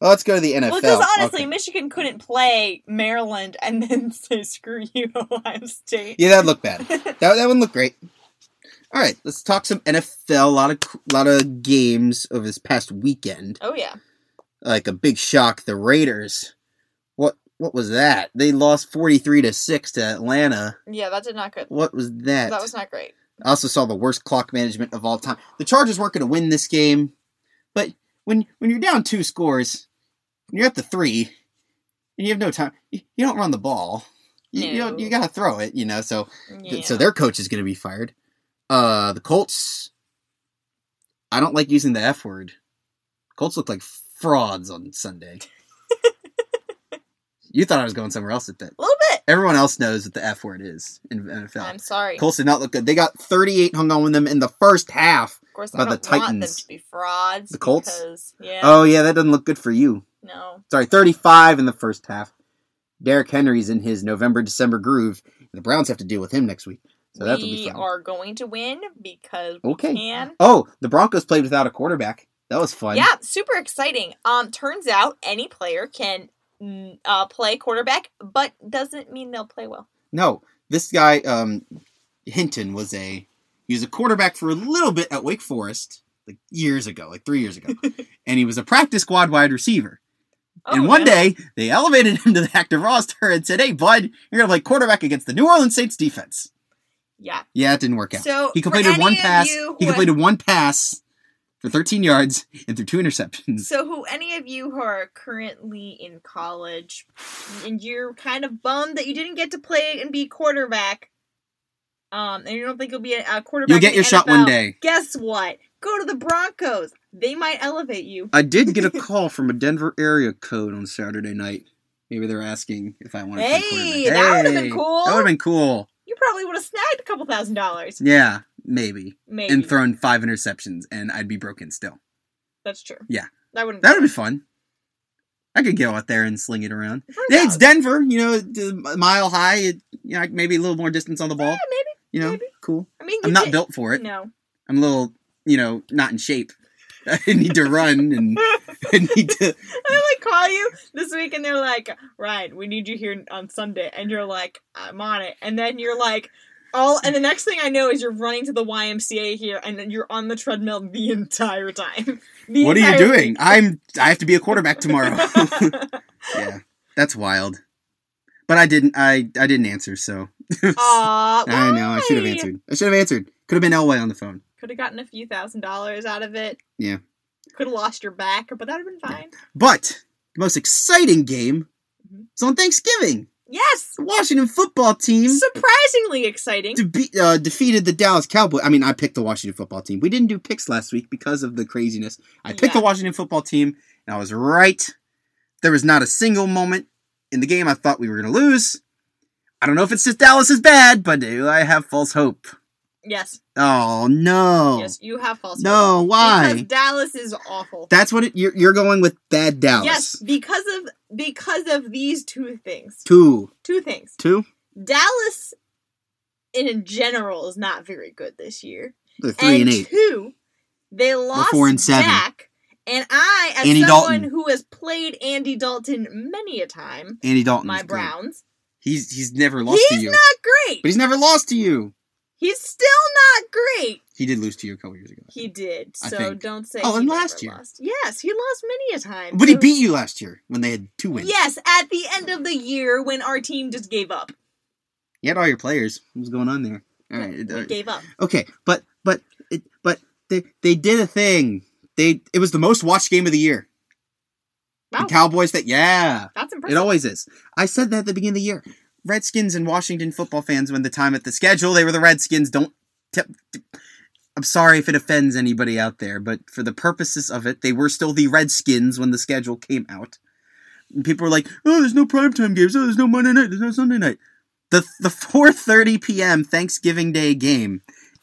Speaker 1: Well, let's go to the NFL.
Speaker 2: Well, because honestly,
Speaker 1: Okay.
Speaker 2: Michigan couldn't play Maryland and then say "screw you, Ohio State."
Speaker 1: Yeah, that looked bad. that, that one looked great. All right, let's talk some NFL. A lot of lot of games over this past weekend.
Speaker 2: Oh yeah,
Speaker 1: Like a big shock, the Raiders. What what was that? They lost forty three to six to Atlanta.
Speaker 2: yeah, that did not good.
Speaker 1: What was that?
Speaker 2: That was not great.
Speaker 1: I also saw the worst clock management of all time. The Chargers weren't going to win this game, but when when you're down two scores, when you're at the three, and you have no time, you, you don't run the ball. You, you don't.
Speaker 2: No.
Speaker 1: You got to throw it. You know. So
Speaker 2: Yeah.
Speaker 1: so their coach is going to be fired. Uh, the Colts. I don't like using the F word. Colts look like frauds on Sunday. you thought I was going somewhere else with that.
Speaker 2: a little bit.
Speaker 1: Everyone else knows what the F word is in NFL.
Speaker 2: I'm sorry.
Speaker 1: Colts did not look good. They got 38 hung on with them in the first half.
Speaker 2: Of course,
Speaker 1: by
Speaker 2: I
Speaker 1: the
Speaker 2: don't want them
Speaker 1: Titans.
Speaker 2: to be frauds.
Speaker 1: The Colts?
Speaker 2: Because, yeah.
Speaker 1: Oh yeah, that doesn't look good for you.
Speaker 2: No.
Speaker 1: Sorry, 35 in the first half. Derrick Henry's in his November December groove. The Browns have to deal with him next week, so that'll be
Speaker 2: we
Speaker 1: fun.
Speaker 2: are going to win because we
Speaker 1: Okay.
Speaker 2: can.
Speaker 1: Oh, the Broncos played without a quarterback. That was fun.
Speaker 2: Yeah, super exciting. Um, turns out any player can mm, uh, play quarterback, but doesn't mean they'll play well.
Speaker 1: No, this guy um, Hinton was a he was a quarterback for a little bit at Wake Forest like years ago, like three years ago, and he was a practice squad wide receiver.
Speaker 2: Oh,
Speaker 1: and one day they elevated him to the active roster and said, "Hey, bud, you're gonna play quarterback against the New Orleans Saints defense."
Speaker 2: yeah.
Speaker 1: Yeah, it didn't work out.
Speaker 2: So
Speaker 1: he
Speaker 2: for
Speaker 1: completed
Speaker 2: any
Speaker 1: one
Speaker 2: of
Speaker 1: pass.
Speaker 2: you
Speaker 1: He
Speaker 2: who-
Speaker 1: completed one pass for 13 yards and threw two interceptions.
Speaker 2: So, who any of you who are currently in college and you're kind of bummed that you didn't get to play and be quarterback, um, and you don't think you'll be a, a quarterback,
Speaker 1: You'll
Speaker 2: in
Speaker 1: get
Speaker 2: the
Speaker 1: your shot one
Speaker 2: NFL,
Speaker 1: day.
Speaker 2: Guess what? Go to the Broncos. They might elevate you.
Speaker 1: I did get a call from a Denver area code on Saturday night. Maybe they're asking if I want to play
Speaker 2: Hey,
Speaker 1: quarterback.
Speaker 2: that would've been
Speaker 1: Hey,
Speaker 2: cool.
Speaker 1: That would have been cool.
Speaker 2: You probably would have snagged a couple thousand dollars.
Speaker 1: Yeah, maybe.
Speaker 2: Maybe.
Speaker 1: And thrown five interceptions, and I'd be broken still.
Speaker 2: That's true.
Speaker 1: Yeah.
Speaker 2: That wouldn't
Speaker 1: That would be fun. I could go out there and sling it around.
Speaker 2: It turns
Speaker 1: Yeah, it's
Speaker 2: out-
Speaker 1: Denver. You know, the mile high. It, you know, maybe a little more distance on the
Speaker 2: Yeah,
Speaker 1: ball.
Speaker 2: maybe.
Speaker 1: You know,
Speaker 2: maybe.
Speaker 1: cool.
Speaker 2: I mean, you
Speaker 1: I'm not
Speaker 2: did-
Speaker 1: built for it.
Speaker 2: No.
Speaker 1: I'm a little, you know, not in shape. I need to run and I need to.
Speaker 2: I like call you this week and they're like, Ryan, we need you here on Sunday. And you're like, I'm on it. And then you're like, all, and the next thing I know is you're running to the YMCA here and then you're on the treadmill the entire time. The
Speaker 1: What are you
Speaker 2: entire
Speaker 1: doing? I'm. I have to be a quarterback tomorrow.
Speaker 2: week.
Speaker 1: yeah, that's wild. But I didn't. I I didn't answer. So
Speaker 2: Aw,
Speaker 1: I know I should have answered. I should have answered. Could have been Elway on the phone.
Speaker 2: Could have gotten a few thousand dollars out of it.
Speaker 1: Yeah.
Speaker 2: Could have lost your back, but that would have been fine.
Speaker 1: But the most exciting game
Speaker 2: Mhm.
Speaker 1: is on Thanksgiving.
Speaker 2: Yes!
Speaker 1: The Washington football team
Speaker 2: Surprisingly exciting.
Speaker 1: debe- uh, defeated the Dallas Cowboys. I mean, I picked the Washington football team. We didn't do picks last week because of the craziness. I picked
Speaker 2: Yeah.
Speaker 1: the Washington football team, and I was right. There was not a single moment in the game I thought we were going to lose. I don't know if it's just Dallas is bad, but do I have false hope?
Speaker 2: Yes.
Speaker 1: Oh no,
Speaker 2: Yes, you have false. hope.
Speaker 1: no, why?
Speaker 2: Because Dallas is awful.
Speaker 1: That's what it, you're, you're going with bad Dallas.
Speaker 2: Yes, because of because of these two things.
Speaker 1: two,
Speaker 2: Two things.
Speaker 1: two,
Speaker 2: Dallas in general is not very good this year.
Speaker 1: They're three and,
Speaker 2: and
Speaker 1: eight.
Speaker 2: two, they lost
Speaker 1: four and seven.
Speaker 2: back. And I, as
Speaker 1: Andy
Speaker 2: someone
Speaker 1: Dalton.
Speaker 2: who has played Andy Dalton many a time,
Speaker 1: Andy Dalton,
Speaker 2: my Browns,
Speaker 1: He's he's never lost
Speaker 2: he's
Speaker 1: to you,
Speaker 2: not great.
Speaker 1: but he's never lost to you.
Speaker 2: He's still not great.
Speaker 1: He did lose to you a couple years ago.
Speaker 2: He did.
Speaker 1: I
Speaker 2: So
Speaker 1: think.
Speaker 2: don't say.
Speaker 1: Oh,
Speaker 2: he
Speaker 1: and
Speaker 2: never
Speaker 1: last year.
Speaker 2: lost. Yes, he lost many a time.
Speaker 1: But he
Speaker 2: So-
Speaker 1: beat you last year when they had two wins.
Speaker 2: Yes, at the end of the year when our team just gave up.
Speaker 1: You had all your players. What's going on there? All right. uh,
Speaker 2: We gave up.
Speaker 1: Okay, but but it, but they they did a thing. They it was the most watched game of the year. The
Speaker 2: Wow.
Speaker 1: Cowboys that yeah,
Speaker 2: That's
Speaker 1: it
Speaker 2: impressive.
Speaker 1: always is. I said that at the beginning of the year. Redskins and Washington football fans when the time at the schedule they were the Redskins. Don't tip. I'm sorry if it offends anybody out there, but for the purposes of it, they were still the Redskins when the schedule came out. And people were like, "Oh, there's no primetime games. Oh, there's no Monday night. There's no Sunday night." The the 4:30 p.m. Thanksgiving Day game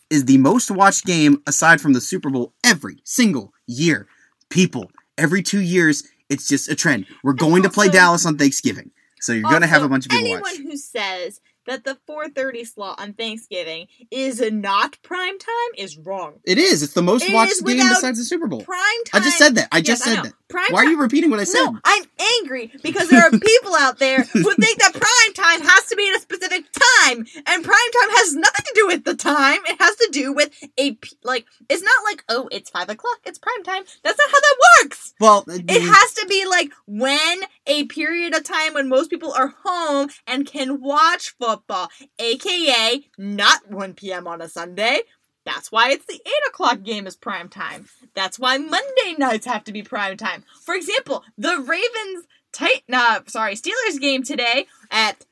Speaker 1: is the most watched game aside from the Super Bowl every single year. People, every 2 years, it's just a trend. We're going to play
Speaker 2: also-
Speaker 1: Dallas on Thanksgiving. So you're going to have a
Speaker 2: Also,
Speaker 1: bunch of people
Speaker 2: anyone
Speaker 1: watch.
Speaker 2: who says that the 4:30 slot on Thanksgiving is not prime time is wrong.
Speaker 1: It is. It's the most
Speaker 2: It is
Speaker 1: watched game
Speaker 2: without
Speaker 1: besides the Super Bowl.
Speaker 2: Prime
Speaker 1: I
Speaker 2: time.
Speaker 1: just said that. I
Speaker 2: Yes,
Speaker 1: just
Speaker 2: I
Speaker 1: said
Speaker 2: know.
Speaker 1: that.
Speaker 2: Prime
Speaker 1: Why are
Speaker 2: time.
Speaker 1: you repeating what I said?
Speaker 2: No, I'm angry because there are people out there who think that prime time has to be at a specific time, and prime time has nothing to do with the time. It has to do with a p- like. It's not like oh, it's five o'clock. It's prime time. That's not how that works.
Speaker 1: Well,
Speaker 2: It has to be like when a period of time when most people are home and can watch football, aka not 1 p.m. on a Sunday. That's why it's the 8 o'clock game is prime time. That's why Monday nights have to be prime time. For example, the Ravens tight uh, sorry, Steelers game today at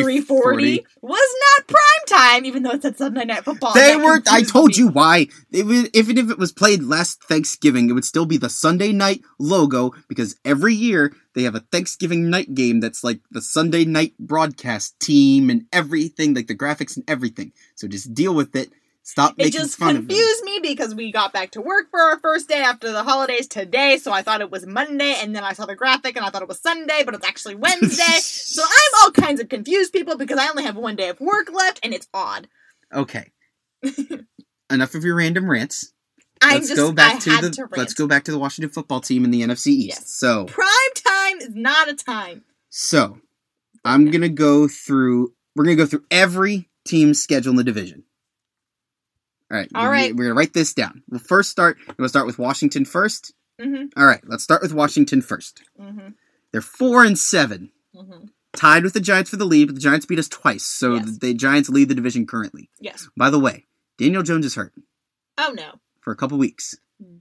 Speaker 2: 340 was not prime time, even though it said Sunday night football.
Speaker 1: They
Speaker 2: Oh, That
Speaker 1: were. I
Speaker 2: confused
Speaker 1: told
Speaker 2: me.
Speaker 1: you why. It was, even if it was played last Thanksgiving, it would still be the Sunday night logo because every year they have a Thanksgiving night game that's like the Sunday night broadcast team and everything, like the graphics and everything. So just deal with it. Stop
Speaker 2: It
Speaker 1: making
Speaker 2: just
Speaker 1: fun of them.
Speaker 2: confused me because we got back to work for our first day after the holidays today, so I thought it was Monday, and then I saw the graphic and I thought it was Sunday, but it's actually Wednesday. so I'm all kinds of confused people because I only have one day of work left, and it's odd.
Speaker 1: Okay. Enough of your random rants.
Speaker 2: I'm
Speaker 1: let's
Speaker 2: just
Speaker 1: go
Speaker 2: I
Speaker 1: back to
Speaker 2: had
Speaker 1: the.
Speaker 2: to rant.
Speaker 1: let's go back to the Washington football team in the NFC East.
Speaker 2: Yes.
Speaker 1: So.
Speaker 2: Prime time is not a time.
Speaker 1: So, I'm gonna go through. We're gonna go through every team's schedule in the division. All right.
Speaker 2: All
Speaker 1: we're,
Speaker 2: right.
Speaker 1: Gonna, we're gonna write this down. We'll first start. We'll start with Washington first.
Speaker 2: Mm-hmm.
Speaker 1: All right. Let's start with Washington first.
Speaker 2: Mm-hmm.
Speaker 1: They're four and seven,
Speaker 2: Mm-hmm.
Speaker 1: tied with the Giants for the lead. But the Giants beat us twice, so
Speaker 2: Yes.
Speaker 1: the Giants lead the division currently.
Speaker 2: Yes.
Speaker 1: By the way, Daniel Jones is hurt
Speaker 2: Oh no.
Speaker 1: for a couple weeks.
Speaker 2: Hmm.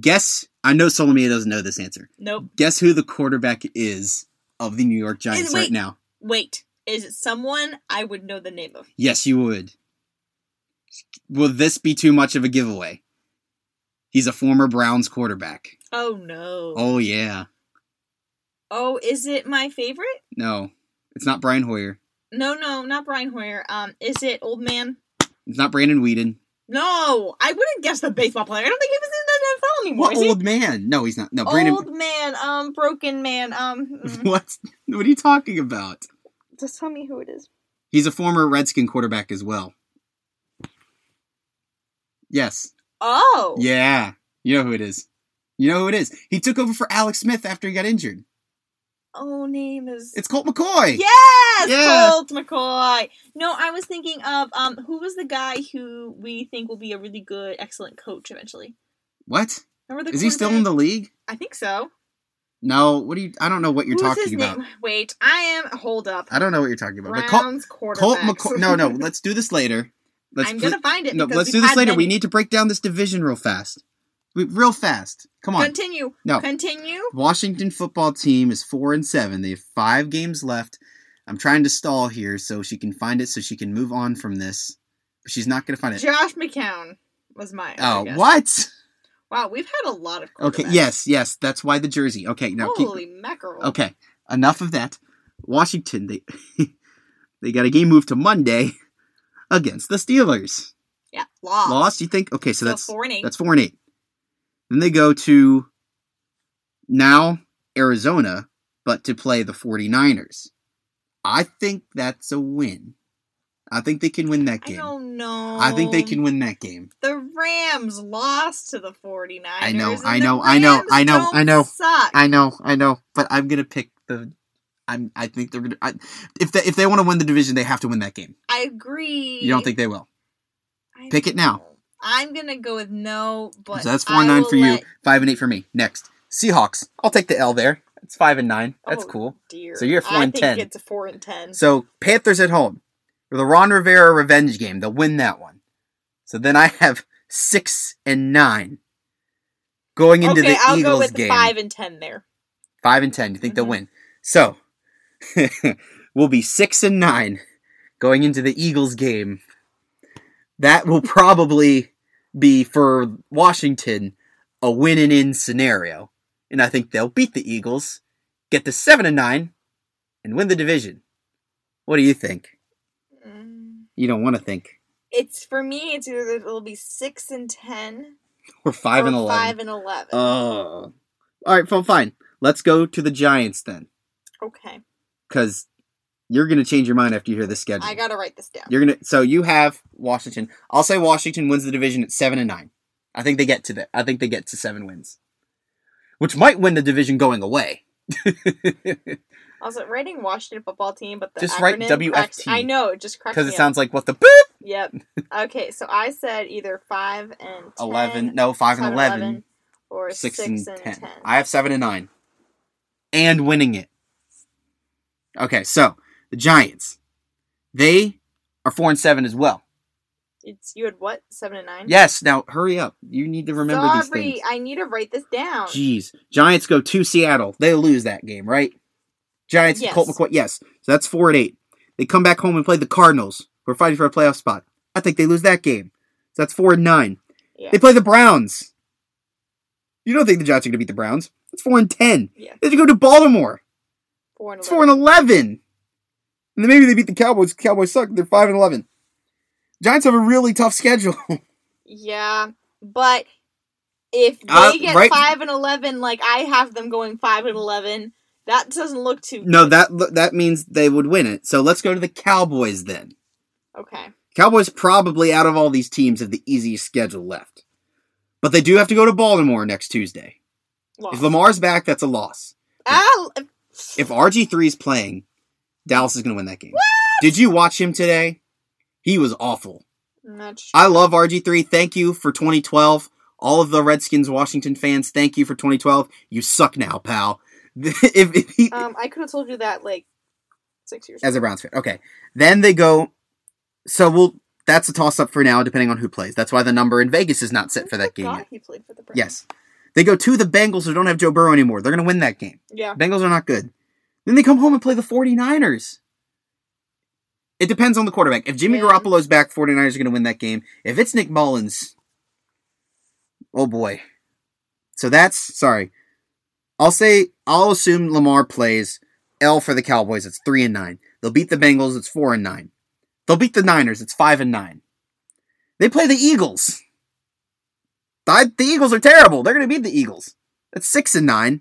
Speaker 1: Guess I know Solomia doesn't know this answer.
Speaker 2: Nope.
Speaker 1: Guess who the quarterback is of the New York Giants
Speaker 2: wait.
Speaker 1: right now?
Speaker 2: Wait. Is it someone I would know the name of?
Speaker 1: Yes, you would. Will this be too much of a giveaway? He's a former Browns quarterback.
Speaker 2: Oh no.
Speaker 1: Oh yeah.
Speaker 2: oh is it my favorite?
Speaker 1: No. It's not Brian Hoyer.
Speaker 2: No, no, not Brian Hoyer. Um, is it old man?
Speaker 1: It's not Brandon Whedon.
Speaker 2: No, I wouldn't guess the baseball player. I don't think he was in the NFL anymore.
Speaker 1: What
Speaker 2: Is he?
Speaker 1: old man? No, he's not. No, Brandon
Speaker 2: Old man, um, broken man, um. mm.
Speaker 1: What? What are you talking about?
Speaker 2: Just tell me who it is.
Speaker 1: He's a former Redskin quarterback as well. Yes.
Speaker 2: Oh,
Speaker 1: Yeah. You know who it is. You know who it is. He took over for Alex Smith after he got injured.
Speaker 2: Oh, name is.
Speaker 1: It's Colt McCoy.
Speaker 2: yes,
Speaker 1: Yeah.
Speaker 2: Colt McCoy. No, I was thinking of um, who was the guy who we think will be a really good, excellent coach eventually.
Speaker 1: What?
Speaker 2: Remember the
Speaker 1: Is he still in
Speaker 2: quarterback?
Speaker 1: the league?
Speaker 2: I think so.
Speaker 1: No, what do you? I don't know what you're
Speaker 2: Who's
Speaker 1: talking
Speaker 2: his
Speaker 1: about.
Speaker 2: name? Wait, I am. Hold up.
Speaker 1: I don't know what you're talking about. But Colt,
Speaker 2: Browns
Speaker 1: Colt
Speaker 2: quarterback.
Speaker 1: McCoy. No, no. Let's do this later. Let's
Speaker 2: I'm
Speaker 1: pl-
Speaker 2: gonna find it.
Speaker 1: no.
Speaker 2: because
Speaker 1: Let's
Speaker 2: we've
Speaker 1: do this
Speaker 2: had
Speaker 1: later. We
Speaker 2: many-
Speaker 1: need to break down this division real fast. We, real fast. Come on.
Speaker 2: Continue.
Speaker 1: No.
Speaker 2: Continue.
Speaker 1: Washington football team is four and seven. They have five games left. I'm trying to stall here so she can find it so she can move on from this. But she's not gonna find it.
Speaker 2: Josh McCown was mine. I
Speaker 1: Oh,
Speaker 2: guess.
Speaker 1: what?
Speaker 2: Wow, we've had a lot of
Speaker 1: Okay.
Speaker 2: quarterbacks.
Speaker 1: Yes. Yes. That's why the jersey. Okay. Now keep,
Speaker 2: Holy mackerel.
Speaker 1: Okay, enough of that. Washington, they they got a game moved to Monday against the Steelers.
Speaker 2: Yeah. Lost.
Speaker 1: Lost, you think? Okay, so
Speaker 2: So
Speaker 1: that's
Speaker 2: four and eight.
Speaker 1: that's four and eight. Then they go to now Arizona, but to play the 49ers. I think that's a win. I think they can win that
Speaker 2: I
Speaker 1: game.
Speaker 2: don't know.
Speaker 1: I think they can win that game.
Speaker 2: The Rams lost to the 49ers.
Speaker 1: I know,
Speaker 2: and
Speaker 1: I
Speaker 2: the
Speaker 1: know, I know,
Speaker 2: Rams
Speaker 1: I know,
Speaker 2: don't
Speaker 1: I know.
Speaker 2: Suck.
Speaker 1: I know, I know, but I'm gonna pick the. I'm. I think they're gonna. I, if they if they want to win the division, they have to win that game.
Speaker 2: I agree.
Speaker 1: You don't think they will?
Speaker 2: I
Speaker 1: Pick
Speaker 2: don't
Speaker 1: it now.
Speaker 2: know. I'm gonna go with no, but
Speaker 1: so that's four and
Speaker 2: I
Speaker 1: nine
Speaker 2: will
Speaker 1: for you,
Speaker 2: let-
Speaker 1: five and eight for me. Next, Seahawks. I'll take the L there. It's five and nine. That's
Speaker 2: Oh,
Speaker 1: cool.
Speaker 2: Dear.
Speaker 1: So you're at four
Speaker 2: I
Speaker 1: and
Speaker 2: think
Speaker 1: 10.
Speaker 2: It's a four and ten.
Speaker 1: So Panthers at home, the Ron Rivera revenge game. They'll win that one. So then I have six and nine going into
Speaker 2: okay,
Speaker 1: the
Speaker 2: I'll
Speaker 1: Eagles
Speaker 2: go with
Speaker 1: game.
Speaker 2: the five and ten there.
Speaker 1: Five and ten. You think they'll
Speaker 2: Mhm.
Speaker 1: win? So we'll be six and nine going into the Eagles game. That will probably be for Washington a win and in scenario, and I think they'll beat the Eagles, get to seven and nine, and win the division. What do you think?
Speaker 2: Mm.
Speaker 1: You don't want to think.
Speaker 2: It's for me. It's either it'll be six and ten
Speaker 1: We're five
Speaker 2: or
Speaker 1: and eleven.
Speaker 2: five and eleven.
Speaker 1: Oh, all right. Well, fine. Let's go to the Giants then,
Speaker 2: okay,
Speaker 1: because you're gonna change your mind after you hear this schedule.
Speaker 2: I gotta write this down.
Speaker 1: You're gonna so you have Washington. I'll say Washington wins the division at seven and nine. I think they get to that. I think they get to seven wins, which might win the division going away. Because
Speaker 2: Also, writing Washington football team, but the
Speaker 1: Just write
Speaker 2: acronym
Speaker 1: WFT.
Speaker 2: cracks- I know it just cracks me
Speaker 1: it
Speaker 2: up.
Speaker 1: sounds like what the boop
Speaker 2: Yep. Okay, so I said either five and 10,
Speaker 1: eleven no five and 11,
Speaker 2: or
Speaker 1: six,
Speaker 2: six,
Speaker 1: and,
Speaker 2: and
Speaker 1: 10. I have seven and nine, and winning it. Okay, so the Giants, they are four and seven as well.
Speaker 2: it's you had what seven and nine?
Speaker 1: Yes. Now hurry up. You need to remember
Speaker 2: Sorry,
Speaker 1: these things.
Speaker 2: I need to write this down.
Speaker 1: Jeez. Giants go to Seattle. They lose that game, right? Giants,
Speaker 2: Yes.
Speaker 1: Colt McCoy. Yes. So that's four and eight. They come back home and play the Cardinals. We're fighting for a playoff spot. I think they lose that game. So that's four and nine.
Speaker 2: Yeah.
Speaker 1: They play the Browns. You don't think the Giants are going to beat the Browns? That's four and ten.
Speaker 2: Yeah.
Speaker 1: They have to go to Baltimore.
Speaker 2: Four and
Speaker 1: It's four and eleven. And then maybe they beat the Cowboys. Cowboys suck. They're five and eleven. Giants have a really tough schedule.
Speaker 2: Yeah, but if they
Speaker 1: Uh,
Speaker 2: get
Speaker 1: right-
Speaker 2: five and eleven, like I have them going five and eleven, that doesn't look too.
Speaker 1: no,
Speaker 2: good.
Speaker 1: that that means they would win it. So let's go to the Cowboys then.
Speaker 2: Okay.
Speaker 1: Cowboys probably out of all these teams have the easiest schedule left. But they do have to go to Baltimore next Tuesday.
Speaker 2: Lost.
Speaker 1: If Lamar's back, that's a loss.
Speaker 2: Ah, l-
Speaker 1: If RG3 is playing, Dallas is going to win that game. Did you watch him today? He was awful.
Speaker 2: not sure.
Speaker 1: I love RG3. Thank you for 2012. All of the Redskins Washington fans, thank you for 2012. You suck now, pal. if, if he,
Speaker 2: um, I could have told you that like six years.
Speaker 1: as a Browns fan. Okay. Then they go. So we'll. That's a toss up for now, depending on who plays. That's why the number in Vegas is not set for that game
Speaker 2: Oh God,
Speaker 1: yet.
Speaker 2: he played for the Browns.
Speaker 1: Yes. They go to the Bengals who don't have Joe Burrow anymore. They're going to win that game.
Speaker 2: Yeah.
Speaker 1: Bengals are not good. Then they come home and play the 49ers. It depends on the quarterback. If Jimmy
Speaker 2: Yeah.
Speaker 1: Garoppolo's back, 49ers are going to win that game. If it's Nick Mullins, oh boy. So that's, sorry. I'll say, I'll assume Lamar plays. L for the Cowboys, it's 3 and 9. They'll beat the Bengals, it's 4 and 9. They'll beat the Niners, it's 5 and 9. They play the Eagles. I- the Eagles are terrible. They're going to beat the Eagles. That's 6 and 9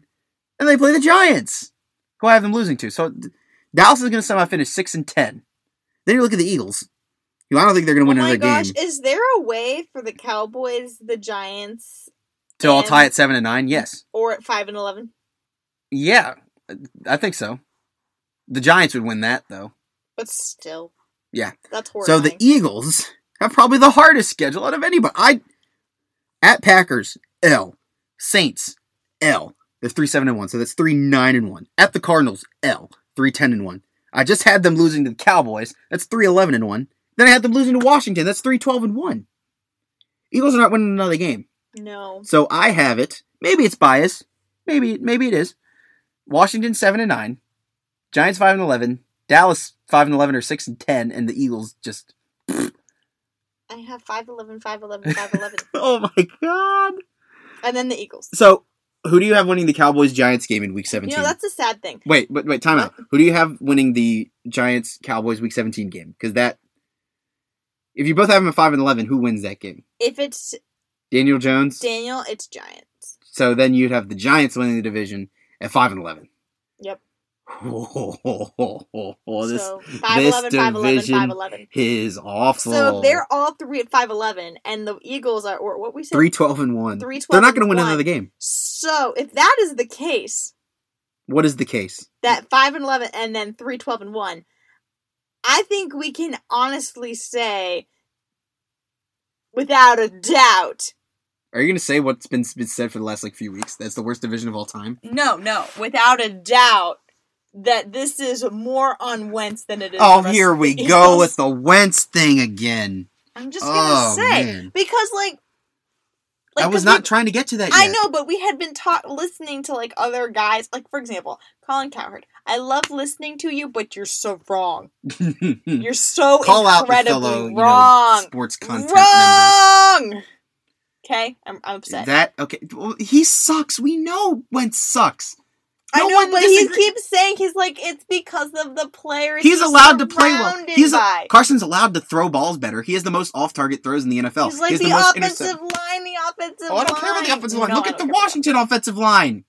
Speaker 1: and they play the Giants, who I have them losing to. So d- Dallas is going to somehow finish six and ten. Then you look at the Eagles, who I don't think they're going to
Speaker 2: Oh
Speaker 1: win
Speaker 2: my
Speaker 1: another
Speaker 2: gosh,
Speaker 1: game.
Speaker 2: is there a way for the Cowboys, the Giants,
Speaker 1: To all tie
Speaker 2: and-
Speaker 1: at seven and nine, yes,
Speaker 2: or at five and eleven?
Speaker 1: yeah, I think so. The Giants would win that though.
Speaker 2: But still.
Speaker 1: Yeah.
Speaker 2: That's
Speaker 1: So
Speaker 2: horrifying.
Speaker 1: the Eagles have probably the hardest schedule out of anybody. I at Packers L, Saints L. They're three seven and one, so that's three nine and one. At the Cardinals L, three ten and one. I just had them losing to the Cowboys. That's three eleven and one. Then I had them losing to Washington. That's three twelve and one. Eagles are not winning another game.
Speaker 2: no.
Speaker 1: So I have it. Maybe it's bias. Maybe maybe it is. Washington seven and nine, Giants five and eleven, Dallas five and eleven or six and ten, and the Eagles just
Speaker 2: I have 5 11, 5 11, 5 11.
Speaker 1: Oh my god.
Speaker 2: and then the Eagles.
Speaker 1: So, who do you have winning the Cowboys Giants game in week 17?
Speaker 2: You know, that's the sad thing.
Speaker 1: wait, but wait, time out. Who do you have winning the Giants Cowboys week 17 game? Cuz that If you both have them at 5 and 11, who wins that game?
Speaker 2: If it's
Speaker 1: Daniel Jones.
Speaker 2: Daniel, it's Giants.
Speaker 1: so then you'd have the Giants winning the division at 5 and 11.
Speaker 2: Yep.
Speaker 1: this
Speaker 2: so 5
Speaker 1: this
Speaker 2: 11, 5 11,
Speaker 1: division
Speaker 2: 5 11.
Speaker 1: is awful.
Speaker 2: So they're all three at 5 11, and the Eagles are, or what we said?
Speaker 1: 3 12 and 1.
Speaker 2: Three,
Speaker 1: they're
Speaker 2: 12,
Speaker 1: not going to
Speaker 2: and
Speaker 1: win
Speaker 2: one.
Speaker 1: another game.
Speaker 2: So if that is the case,
Speaker 1: What is the case?
Speaker 2: that 5 and 11 and then 3 12 and 1 i think we can honestly say without a doubt.
Speaker 1: Are you going to say what's been, been said for the last like few weeks? That's the worst division of all time.
Speaker 2: No, no, without a doubt that this is more on Wentz than it is.
Speaker 1: Oh,
Speaker 2: the rest
Speaker 1: here
Speaker 2: of
Speaker 1: we
Speaker 2: the
Speaker 1: go
Speaker 2: Eagles.
Speaker 1: with the Wentz thing again.
Speaker 2: I'm just
Speaker 1: Oh,
Speaker 2: gonna say
Speaker 1: man.
Speaker 2: because like,
Speaker 1: I was
Speaker 2: 'cause
Speaker 1: not
Speaker 2: we-
Speaker 1: trying to get to that. Yet.
Speaker 2: I know, but we had been taught listening to like other guys, like for example, Colin Cowherd. I love listening to you, but you're so wrong.
Speaker 1: know.
Speaker 2: You're so
Speaker 1: Call out your
Speaker 2: incredibly
Speaker 1: fellow you know,
Speaker 2: wrong.
Speaker 1: sports content member.
Speaker 2: wrong. Okay, I'm, I'm upset.
Speaker 1: That okay? Well, he sucks. We know Wentz sucks.
Speaker 2: I
Speaker 1: no
Speaker 2: know,
Speaker 1: one
Speaker 2: but he
Speaker 1: disagree-
Speaker 2: keeps saying he's like it's because of the players.
Speaker 1: He's allowed to play well.
Speaker 2: surrounded
Speaker 1: He's
Speaker 2: by.
Speaker 1: Carson's allowed to throw balls better. He has the most off-target throws in the NFL.
Speaker 2: He's like
Speaker 1: he has
Speaker 2: the,
Speaker 1: most
Speaker 2: offensive
Speaker 1: intercept-
Speaker 2: line, the offensive
Speaker 1: Oh, I don't care about the
Speaker 2: line.
Speaker 1: offensive
Speaker 2: You
Speaker 1: line.
Speaker 2: know
Speaker 1: Look
Speaker 2: I
Speaker 1: at the
Speaker 2: don't care about that.
Speaker 1: Washington offensive line.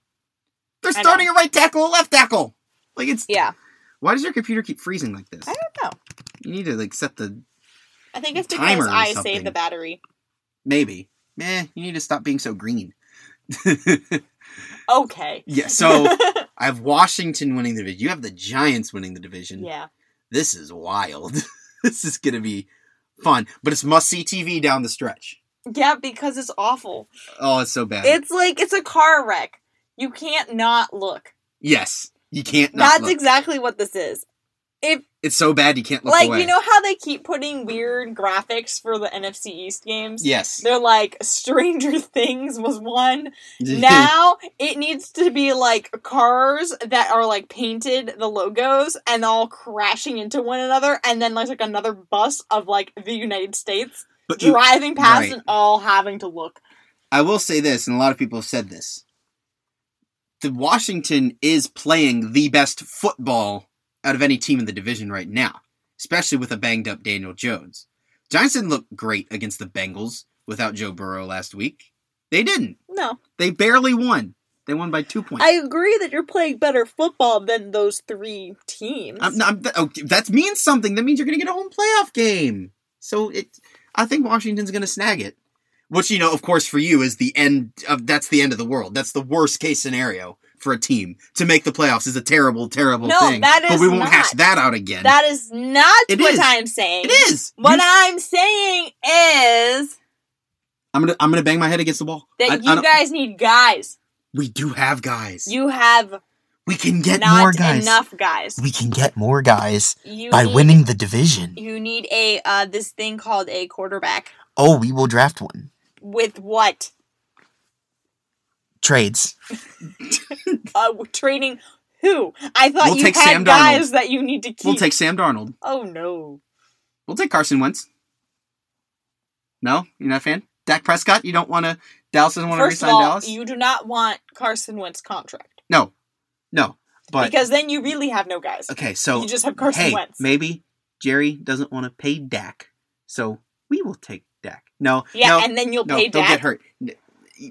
Speaker 1: They're
Speaker 2: I know.
Speaker 1: starting a right tackle, a left tackle. Like it's
Speaker 2: Yeah,
Speaker 1: why does your computer keep freezing like this?
Speaker 2: I don't know.
Speaker 1: You need to like set the
Speaker 2: I think it's
Speaker 1: Timer
Speaker 2: because
Speaker 1: or
Speaker 2: I
Speaker 1: something.
Speaker 2: saved the battery.
Speaker 1: maybe. Eh, you need to stop being so green.
Speaker 2: Okay.
Speaker 1: yeah, so I have Washington winning the division. You have the Giants winning the division.
Speaker 2: yeah,
Speaker 1: This is wild. this is gonna be fun. But it's must see TV down the stretch.
Speaker 2: yeah, because it's awful.
Speaker 1: Oh, it's so bad.
Speaker 2: It's like it's a car wreck. You can't not look.
Speaker 1: yes. You can't not
Speaker 2: That's
Speaker 1: look.
Speaker 2: exactly what this is. If
Speaker 1: it's so bad you can't look
Speaker 2: like
Speaker 1: away.
Speaker 2: you know how they keep putting weird graphics for the NFC East games.
Speaker 1: yes.
Speaker 2: They're like Stranger Things was one. now it needs to be like cars that are like painted the logos and all crashing into one another and then like, like another bus of like the united states
Speaker 1: but you
Speaker 2: driving past
Speaker 1: right.
Speaker 2: and all having to look
Speaker 1: I will say this, and a lot of people have said this. The Washington is playing the best football out of any team in the division right now, especially with a banged up Daniel Jones. Giants didn't look great against the Bengals without Joe Burrow last week. They didn't.
Speaker 2: no
Speaker 1: They barely won. They won by two points.
Speaker 2: i agree that you're playing better football than those three teams
Speaker 1: I'm, I'm, oh, that means something. That means you're going to get a home playoff game. So it, I think Washington's going to snag it. Which you know, of course, for you is the end of that's the end of the world. That's the worst case scenario for a team to make the playoffs is a terrible, terrible
Speaker 2: No,
Speaker 1: thing.
Speaker 2: that
Speaker 1: but
Speaker 2: is
Speaker 1: we won't hash
Speaker 2: not.
Speaker 1: that out again.
Speaker 2: that is not
Speaker 1: It
Speaker 2: what
Speaker 1: is.
Speaker 2: i'm saying
Speaker 1: it is.
Speaker 2: what
Speaker 1: You-
Speaker 2: i'm saying is
Speaker 1: I'm gonna I'm gonna bang my head against the wall.
Speaker 2: that
Speaker 1: I- I
Speaker 2: you
Speaker 1: don't-
Speaker 2: guys need guys
Speaker 1: we do have guys.
Speaker 2: you have
Speaker 1: we can get more
Speaker 2: not
Speaker 1: guys.
Speaker 2: enough guys
Speaker 1: We can get more guys
Speaker 2: you
Speaker 1: by
Speaker 2: need
Speaker 1: winning the division.
Speaker 2: you need a uh, this thing called a quarterback
Speaker 1: Oh, we will draft one.
Speaker 2: with what
Speaker 1: Trades.
Speaker 2: uh, trading who i thought
Speaker 1: We'll
Speaker 2: you had
Speaker 1: take Sam Darnold.
Speaker 2: guys that you need to keep
Speaker 1: We'll take Sam Darnold.
Speaker 2: oh no
Speaker 1: We'll take Carson Wentz. No, you're not a fan. Dak Prescott, you don't want to. Dallas doesn't want to
Speaker 2: first of
Speaker 1: resign
Speaker 2: all
Speaker 1: Dallas.
Speaker 2: you do not want carson wentz contract
Speaker 1: No, no. But
Speaker 2: because then you really have no guys
Speaker 1: okay, so
Speaker 2: you just have carson
Speaker 1: hey,
Speaker 2: wentz
Speaker 1: maybe Jerry doesn't want to pay Dak, so we will take Dak. No,
Speaker 2: yeah
Speaker 1: no,
Speaker 2: and then you'll
Speaker 1: no,
Speaker 2: pay
Speaker 1: don't
Speaker 2: Dak.
Speaker 1: get hurt. N-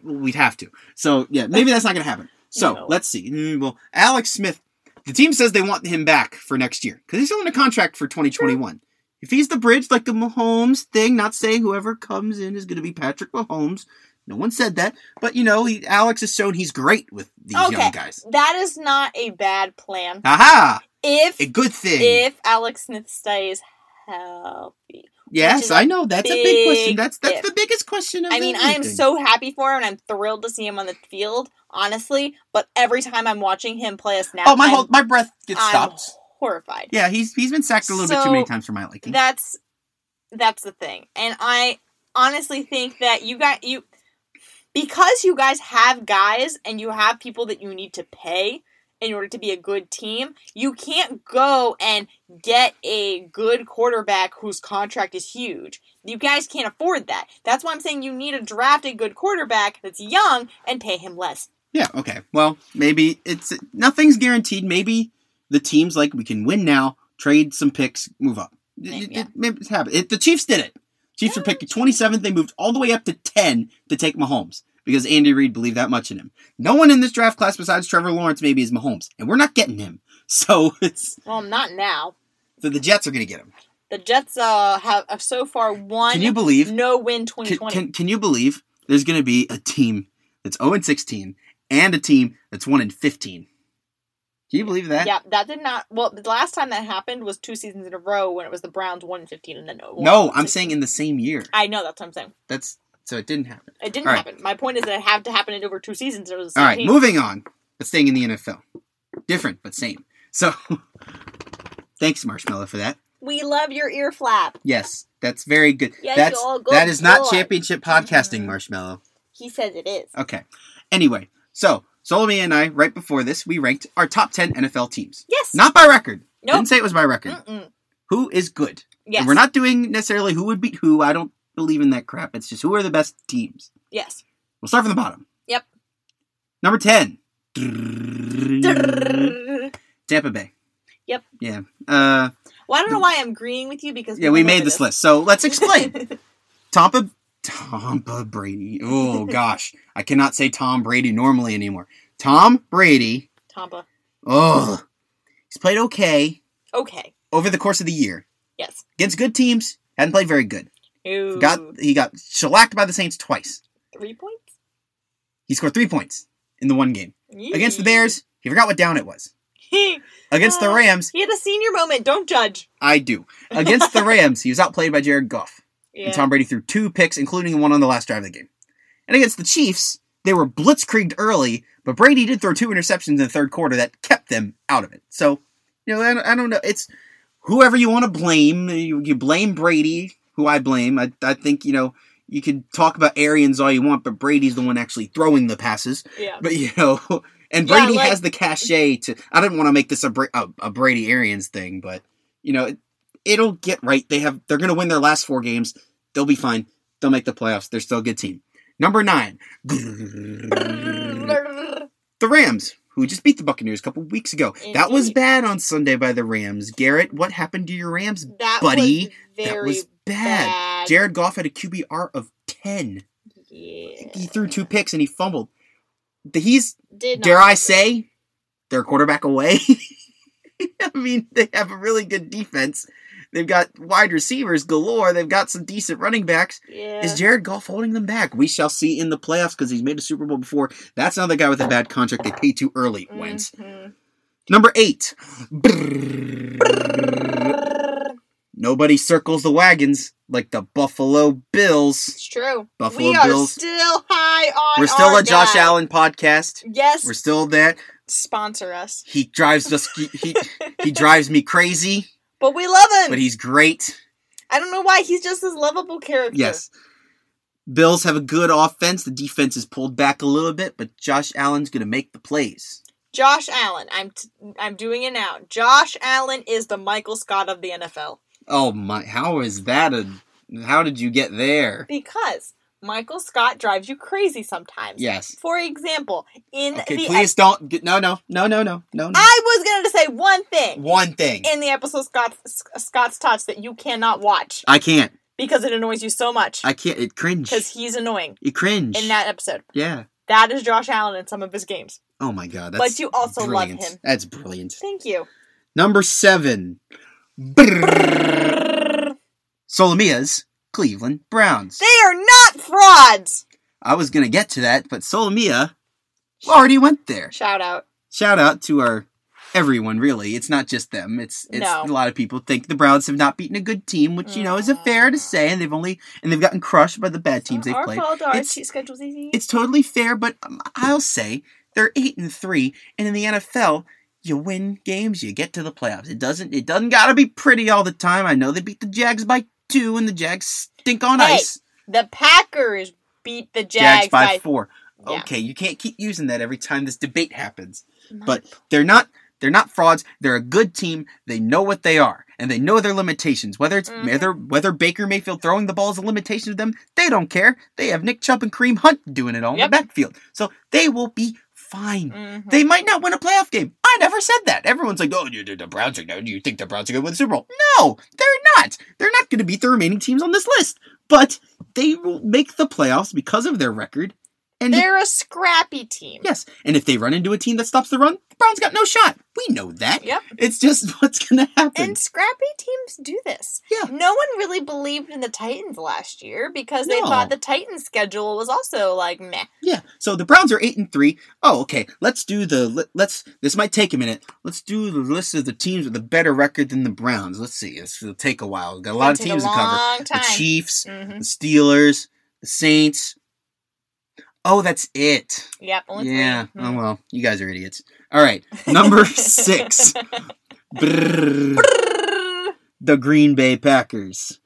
Speaker 1: We'd have to. So yeah, maybe that's not gonna happen. So
Speaker 2: No.
Speaker 1: let's see. Mm, Well, Alex Smith, the team says they want him back for next year because he's still in a contract for 2021. If he's the bridge, like the Mahomes thing, not saying whoever comes in is gonna be Patrick Mahomes. No one said that, but you know, he, Alex has shown he's great with these
Speaker 2: Okay.
Speaker 1: young guys.
Speaker 2: that is not a bad plan
Speaker 1: Aha!
Speaker 2: if
Speaker 1: A good thing.
Speaker 2: if alex smith stays healthy which
Speaker 1: Yes,
Speaker 2: is
Speaker 1: I know. That's a big question.
Speaker 2: big
Speaker 1: That's that's
Speaker 2: if.
Speaker 1: the biggest question. Of
Speaker 2: I mean, I am
Speaker 1: everything.
Speaker 2: so happy for him, and I'm thrilled to see him on the field, honestly. But every time I'm watching him play a snap,
Speaker 1: Oh my!
Speaker 2: I'm,
Speaker 1: Whole, my breath gets
Speaker 2: I'm
Speaker 1: stopped.
Speaker 2: horrified.
Speaker 1: Yeah, he's he's been sacked a little bit too many
Speaker 2: So,
Speaker 1: times for my liking.
Speaker 2: That's that's the thing, and I honestly think that you got you because you guys have guys and you have people that you need to pay in order to be a good team. You can't go and get a good quarterback whose contract is huge. You guys can't afford that. That's why I'm saying you need to draft a good quarterback that's young and pay him less.
Speaker 1: Yeah, okay. Well, maybe it's nothing's guaranteed. Maybe the team's like we can win now, trade some picks, move up. It- it-
Speaker 2: Yeah.
Speaker 1: it- maybe it's happened. It, the Chiefs did it. Chiefs were picked 27th. They moved all the way up to 10 to take Mahomes because Andy Reid believed that much in him. No one in this draft class besides Trevor Lawrence maybe is Mahomes, and we're not getting him. So it's
Speaker 2: Well, not now.
Speaker 1: so the Jets are going to get him.
Speaker 2: The Jets uh, have, have so far won.
Speaker 1: Can you believe
Speaker 2: no win
Speaker 1: can,
Speaker 2: 2020?
Speaker 1: can, can you believe there's going to oh be a team that's 0 and 16 and a team that's 1 and 15? Can you believe that?
Speaker 2: Yeah, that did not. Well, the last time that happened was two seasons in a row when it was the Browns one fifteen and then
Speaker 1: No, I'm saying in the same year.
Speaker 2: I know that's what I'm saying.
Speaker 1: That's so it didn't happen.
Speaker 2: It didn't
Speaker 1: All right.
Speaker 2: happen. My point is that it had to happen in over two seasons. It was the
Speaker 1: All
Speaker 2: same
Speaker 1: right,
Speaker 2: team.
Speaker 1: moving on, but staying in the NFL. Different, but same. So, thanks, Marshmallow, for that.
Speaker 2: We love your ear flap.
Speaker 1: Yes, that's very good.
Speaker 2: Yes,
Speaker 1: that's
Speaker 2: you're good
Speaker 1: that is not
Speaker 2: boy.
Speaker 1: championship podcasting,
Speaker 2: Mhm.
Speaker 1: Marshmallow.
Speaker 2: He says it is.
Speaker 1: Okay. Anyway, so Solomon and I, right before this, we ranked our top ten NFL teams,
Speaker 2: Yes.
Speaker 1: not by record.
Speaker 2: Nope.
Speaker 1: Didn't say it was by record.
Speaker 2: Mm-mm.
Speaker 1: Who is good?
Speaker 2: Yes.
Speaker 1: And we're not doing necessarily who would beat who. I don't believe in that crap. It's just who are the best teams.
Speaker 2: Yes.
Speaker 1: We'll start from the bottom.
Speaker 2: Yep.
Speaker 1: Number ten.
Speaker 2: well,
Speaker 1: Tampa Bay.
Speaker 2: Yep.
Speaker 1: Yeah. Uh,
Speaker 2: I don't know why I'm agreeing with you because
Speaker 1: yeah,
Speaker 2: people
Speaker 1: we
Speaker 2: know
Speaker 1: made this list, so let's explain. Tampa, Tampa Brady. Oh gosh, I cannot say Tom Brady normally anymore. Tom Brady.
Speaker 2: Tampa.
Speaker 1: Oh, he's played okay
Speaker 2: Okay.
Speaker 1: over the course of the year
Speaker 2: Yes.
Speaker 1: against good teams. Hadn't played very good.
Speaker 2: Ooh.
Speaker 1: Got he got shellacked by the Saints twice.
Speaker 2: three points
Speaker 1: He scored three points in the one game against the Bears. He forgot what down it was.
Speaker 2: he
Speaker 1: Against the
Speaker 2: Ah.
Speaker 1: Rams,
Speaker 2: had a senior moment. Don't judge.
Speaker 1: I do. Against the Rams, he was outplayed by Jared Goff.
Speaker 2: Yeah.
Speaker 1: And Tom Brady threw two picks, including one on the last drive of the game. And against the Chiefs, they were blitzkrieged early, but Brady did throw two interceptions in the third quarter that kept them out of it. So, you know, I don't, I don't know. It's whoever you want to blame. You, you blame Brady, who I blame. I, I think, you know, you can talk about Arians all you want, but Brady's the one actually throwing the passes.
Speaker 2: yeah.
Speaker 1: But, you know, and
Speaker 2: Yeah,
Speaker 1: Brady
Speaker 2: like-
Speaker 1: has the cachet to. I didn't want to make this a, Bra- a, a Brady Arians thing, but, you know, it'll get right. They have they're going to win their last four games. They'll be fine. They'll make the playoffs. They're still a good team. Number nine, the Rams, who just beat the Buccaneers a couple weeks ago. That was
Speaker 2: Indeed.
Speaker 1: bad on Sunday by the Rams. Garrett, what happened to your Rams?
Speaker 2: That
Speaker 1: Buddy,
Speaker 2: was very
Speaker 1: that was bad.
Speaker 2: bad.
Speaker 1: Jared Goff had a QBR of ten.
Speaker 2: yeah.
Speaker 1: He threw two picks and he fumbled. He's
Speaker 2: Did not
Speaker 1: dare I
Speaker 2: look
Speaker 1: say, their quarterback away. I mean, they have a really good defense. They've got wide receivers galore. They've got some decent running backs.
Speaker 2: good. Yeah.
Speaker 1: Is Jared Goff holding them back? We shall see in the playoffs because he's made a Super Bowl before. That's another guy with a bad contract they paid too early. Wentz.
Speaker 2: Mhm.
Speaker 1: Number eight. Brrrr. Nobody circles the wagons like the Buffalo Bills.
Speaker 2: It's true.
Speaker 1: Buffalo
Speaker 2: we are
Speaker 1: Bills.
Speaker 2: still high on.
Speaker 1: We're still
Speaker 2: our
Speaker 1: a Josh
Speaker 2: guy.
Speaker 1: Allen podcast.
Speaker 2: Yes.
Speaker 1: We're still that.
Speaker 2: Sponsor us.
Speaker 1: He drives us. He, he, he drives me crazy,
Speaker 2: But we love him.
Speaker 1: but he's great.
Speaker 2: I don't know why he's just this lovable character.
Speaker 1: Yes. Bills have a good offense. The defense is pulled back a little bit, but Josh Allen's going to make the plays.
Speaker 2: Josh Allen. I'm t- I'm doing it now. Josh Allen is the Michael Scott of the NFL
Speaker 1: Oh my, how is that a how did you get there?
Speaker 2: because Michael Scott drives you crazy sometimes.
Speaker 1: Yes.
Speaker 2: For example, in
Speaker 1: Okay,
Speaker 2: the Ah!
Speaker 1: please don't get, no no no no no no no.
Speaker 2: I was going to say one thing
Speaker 1: One thing.
Speaker 2: in the episode Scott's Scott's Tots that you cannot watch
Speaker 1: I can't.
Speaker 2: because it annoys you so much
Speaker 1: I can't. It cringe.
Speaker 2: because he's annoying
Speaker 1: It cringe.
Speaker 2: in that episode.
Speaker 1: yeah.
Speaker 2: That is Josh Allen in some of his games.
Speaker 1: Oh my god. That's
Speaker 2: But you also love
Speaker 1: brilliant.
Speaker 2: him.
Speaker 1: That's brilliant.
Speaker 2: Thank you.
Speaker 1: Number seven. Solomia's Cleveland Browns.
Speaker 2: They are not frauds.
Speaker 1: I was gonna get to that, but Solomia already went there.
Speaker 2: Shout out.
Speaker 1: Shout out to our everyone, really. It's not just them. It's it's
Speaker 2: No.
Speaker 1: a lot of people think the Browns have not beaten a good team, which you know is a fair to say, and they've only and they've gotten crushed by the bad teams they've
Speaker 2: Ah. our
Speaker 1: played.
Speaker 2: fault. Our
Speaker 1: It's-
Speaker 2: cheat schedule's easy.
Speaker 1: It's totally fair, but um, I'll say they're eight and three, and in the NFL. You win games, you get to the playoffs. It doesn't. It doesn't gotta be pretty all the time. I know they beat the Jags by two, and the Jags stink on
Speaker 2: Hey,
Speaker 1: ice.
Speaker 2: The Packers beat the
Speaker 1: Jags,
Speaker 2: Jags,
Speaker 1: by,
Speaker 2: by,
Speaker 1: four.
Speaker 2: Yeah.
Speaker 1: Okay, you can't keep using that every time this debate happens. But they're not they're not frauds. They're a good team. They know what they are and they know their limitations. Whether it's
Speaker 2: Mhm.
Speaker 1: whether whether Baker Mayfield throwing the ball is a limitation to them, they don't care. They have Nick Chubb and Kareem Hunt doing it all in
Speaker 2: Yep.
Speaker 1: the backfield. So they will be fine.
Speaker 2: Mhm.
Speaker 1: They might not win a playoff game. I never said that. Everyone's like, "Oh, you the Browns are good. You think the Browns are going to win the Super Bowl?" No, they're not. They're not going to beat the remaining teams on this list. But they will make the playoffs because of their record, And
Speaker 2: They're a scrappy team.
Speaker 1: yes, and if they run into a team that stops the run, the Browns got no shot. We know that.
Speaker 2: Yep.
Speaker 1: It's just what's going to happen.
Speaker 2: And scrappy teams do this.
Speaker 1: Yeah.
Speaker 2: No one really believed in the Titans last year because they
Speaker 1: No.
Speaker 2: thought the Titans schedule was also like meh.
Speaker 1: Yeah. So the Browns are eight and three. Oh, okay. Let's do the let, let's. This might take a minute. Let's do the list of the teams with a better record than the Browns. Let's see. It's, it'll take a while. We've got a lot of
Speaker 2: It'll take
Speaker 1: teams
Speaker 2: a
Speaker 1: to cover.
Speaker 2: long
Speaker 1: The
Speaker 2: Time.
Speaker 1: Chiefs,
Speaker 2: hmm
Speaker 1: the Steelers, the Saints. Oh, that's it.
Speaker 2: Yep. Only
Speaker 1: yeah.
Speaker 2: Three.
Speaker 1: Oh
Speaker 2: Mhm.
Speaker 1: well, you guys are idiots. All right, number six. Brrr. the Green Bay Packers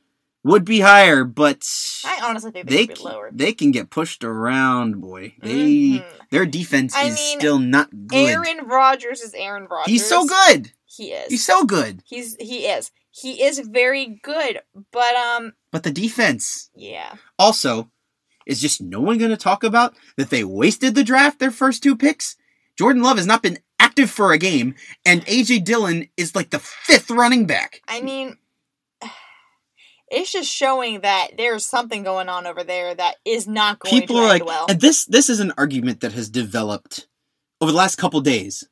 Speaker 1: would be higher, but
Speaker 2: I honestly think they,
Speaker 1: they
Speaker 2: should be
Speaker 1: c-
Speaker 2: lower.
Speaker 1: they can get pushed around, boy. They
Speaker 2: Mhm.
Speaker 1: their defense
Speaker 2: I
Speaker 1: is
Speaker 2: mean,
Speaker 1: still not good.
Speaker 2: Aaron Rodgers is Aaron Rodgers.
Speaker 1: He's so good.
Speaker 2: He is.
Speaker 1: He's so good.
Speaker 2: He's he is. He is very good, but um
Speaker 1: But the defense
Speaker 2: yeah.
Speaker 1: also is just no one going to talk about that they wasted the draft their first two picks. Jordan Love has not been active for a game and AJ Dillon is like the fifth running back.
Speaker 2: I mean it's just showing that there's something going on over there that is not going
Speaker 1: People
Speaker 2: to
Speaker 1: are
Speaker 2: end
Speaker 1: like
Speaker 2: well.
Speaker 1: and this this is an argument that has developed over the last couple days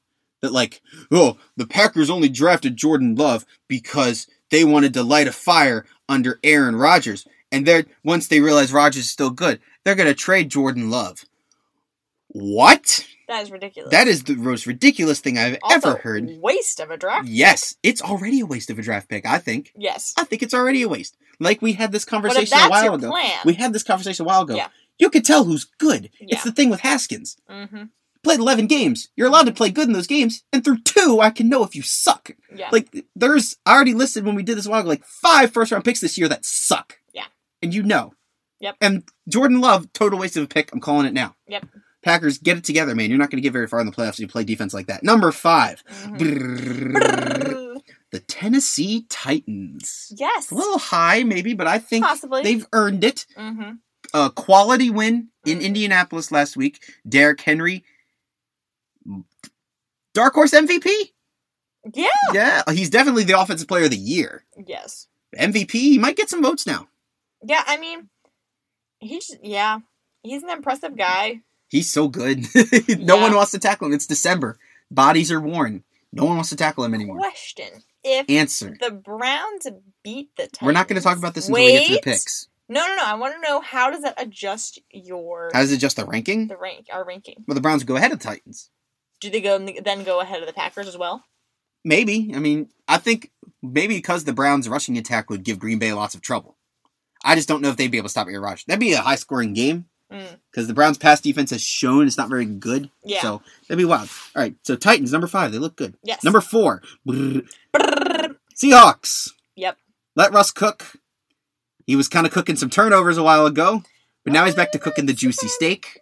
Speaker 1: that like oh the Packers only drafted Jordan Love because they wanted to light a fire under Aaron Rodgers and they're once they realize Rodgers is still good they're going to trade Jordan Love. What?
Speaker 2: that is ridiculous.
Speaker 1: That is the most ridiculous thing I've
Speaker 2: Also,
Speaker 1: ever heard.
Speaker 2: Waste of a draft.
Speaker 1: Yes, it's already a waste of a draft pick, I think.
Speaker 2: Yes.
Speaker 1: I think it's already a waste. Like we had this
Speaker 2: But if
Speaker 1: conversation a
Speaker 2: that's
Speaker 1: while
Speaker 2: your
Speaker 1: ago.
Speaker 2: plan,
Speaker 1: We had this conversation a while ago.
Speaker 2: Yeah.
Speaker 1: You could tell who's good.
Speaker 2: Yeah.
Speaker 1: It's the thing with Haskins.
Speaker 2: hmm
Speaker 1: Played 11 games. You're allowed to play good in those games, and through two, I can know if you suck.
Speaker 2: yeah,
Speaker 1: Like, there's, I already listed when we did this a while ago, like five first round picks this year that suck.
Speaker 2: Yeah.
Speaker 1: And you know.
Speaker 2: Yep.
Speaker 1: And Jordan Love, total waste of a pick. I'm calling it now.
Speaker 2: Yep.
Speaker 1: Packers, get it together, man. You're not going to get very far in the playoffs if you play defense like that. Number five,
Speaker 2: mhm.
Speaker 1: brrrr, the Tennessee Titans.
Speaker 2: yes,
Speaker 1: A little high, maybe, but I think
Speaker 2: possibly.
Speaker 1: they've earned it
Speaker 2: hmm
Speaker 1: a quality win in
Speaker 2: Mhm.
Speaker 1: Indianapolis last week. Derrick Henry, dark horse MVP.
Speaker 2: Yeah.
Speaker 1: Yeah, he's definitely the offensive player of the year.
Speaker 2: Yes.
Speaker 1: MVP, he might get some votes now.
Speaker 2: Yeah. I mean, he's yeah, he's an impressive guy.
Speaker 1: He's so good. no
Speaker 2: Yeah.
Speaker 1: one wants to tackle him. It's December. Bodies are worn. No one wants to tackle him anymore.
Speaker 2: Question: If
Speaker 1: Answer.
Speaker 2: the Browns beat the Titans,
Speaker 1: We're not going to talk about this until we get to the
Speaker 2: Wait.
Speaker 1: picks.
Speaker 2: No, no, no. I want to know how does that adjust your
Speaker 1: How does it adjust the ranking?
Speaker 2: the rank our ranking?
Speaker 1: Well, the Browns go ahead of the Titans.
Speaker 2: Do they go then go ahead of the Packers as well?
Speaker 1: Maybe. I mean, I think maybe because the Browns' rushing attack would give Green Bay lots of trouble. I just don't know if they'd be able to stop Aaron Rodgers. That'd be a high scoring game
Speaker 2: Mm,
Speaker 1: because the Browns' pass defense has shown it's not very good.
Speaker 2: Yeah.
Speaker 1: So that'd be wild. All right. So Titans, number five, they look good.
Speaker 2: yes.
Speaker 1: Number four, brrr, Seahawks.
Speaker 2: Yep.
Speaker 1: Let Russ cook. He was kind of cooking some turnovers a while ago, but now he's back to cooking the juicy steak.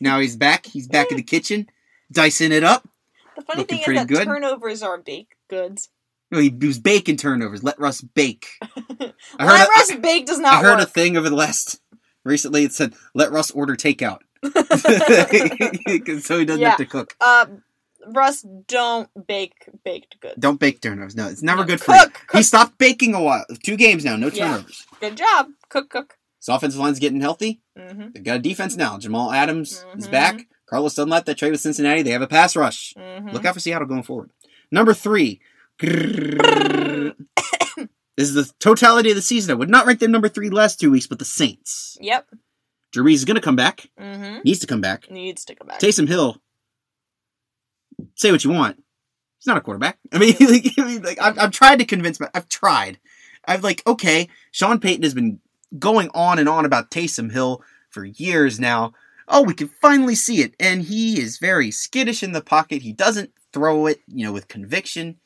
Speaker 1: Now he's back. He's back in the kitchen, dicing it up.
Speaker 2: The funny
Speaker 1: looking
Speaker 2: thing is
Speaker 1: pretty
Speaker 2: that
Speaker 1: good.
Speaker 2: turnovers are baked goods.
Speaker 1: No, he, he was baking turnovers. Let Russ bake. I heard,
Speaker 2: Let
Speaker 1: a-
Speaker 2: Russ bake does
Speaker 1: I
Speaker 2: not
Speaker 1: heard a
Speaker 2: work.
Speaker 1: thing over the last recently. It said, "Let Russ order takeout," so he doesn't
Speaker 2: Yeah.
Speaker 1: have to cook.
Speaker 2: uh, Russ, don't bake baked goods.
Speaker 1: Don't bake turnovers. No, it's never
Speaker 2: No,
Speaker 1: good for you.
Speaker 2: cook,
Speaker 1: He
Speaker 2: cook.
Speaker 1: stopped baking a while. Two games now, no
Speaker 2: Yeah.
Speaker 1: turnovers.
Speaker 2: Good job, cook, cook.
Speaker 1: His offensive line's getting healthy.
Speaker 2: Mm-hmm.
Speaker 1: They've got a defense now. Jamal Adams is
Speaker 2: Mhm.
Speaker 1: back. Carlos Dunlap that trade with Cincinnati. They have a pass rush.
Speaker 2: Mm-hmm.
Speaker 1: Look out for Seattle going forward. Number three. Grrrr. this is the totality of the season. I would not rank them number three the last two weeks, but the Saints.
Speaker 2: Yep.
Speaker 1: Drew Brees is going to come back.
Speaker 2: Mm-hmm.
Speaker 1: Needs to come back.
Speaker 2: Needs to go back.
Speaker 1: Taysom Hill. Say what you want. He's not a quarterback. I mean, like, I mean, like I've, I've tried to convince my. I've tried. I've like okay. Sean Payton has been going on and on about Taysom Hill for years now. Oh, we can finally see it, and he is very skittish in the pocket. He doesn't throw it, you know, with conviction.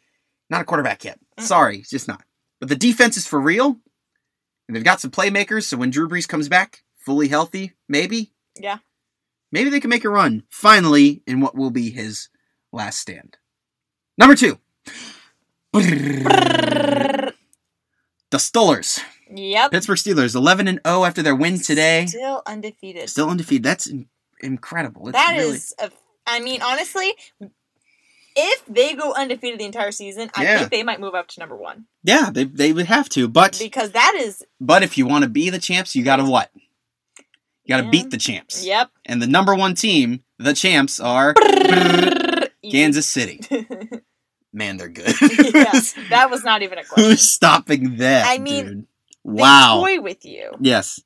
Speaker 1: Not a quarterback yet.
Speaker 2: Mm.
Speaker 1: Sorry, he's just not. But the defense is for real, and they've got some playmakers. So when Drew Brees comes back, fully healthy, maybe
Speaker 2: Yeah.
Speaker 1: Maybe they can make a run, finally, in what will be his last stand. Number two. The Steelers.
Speaker 2: Yep.
Speaker 1: Pittsburgh Steelers, 11 and 0 after their win today.
Speaker 2: Still undefeated.
Speaker 1: Still undefeated. That's in- incredible. It's
Speaker 2: That
Speaker 1: really-
Speaker 2: is, a, I mean, honestly, if they go undefeated the entire season, I
Speaker 1: Yeah.
Speaker 2: think they might move up to number one
Speaker 1: Yeah, they, they would have to. But
Speaker 2: because that is
Speaker 1: but if you want to be the champs, you got to what? You got to
Speaker 2: Yeah.
Speaker 1: beat the champs.
Speaker 2: Yep.
Speaker 1: And the number one team, the champs, are Kansas City. Man, they're good.
Speaker 2: yeah, that was not even a question.
Speaker 1: Who's stopping that?
Speaker 2: I mean,
Speaker 1: dude? wow.
Speaker 2: They toy with you.
Speaker 1: yes,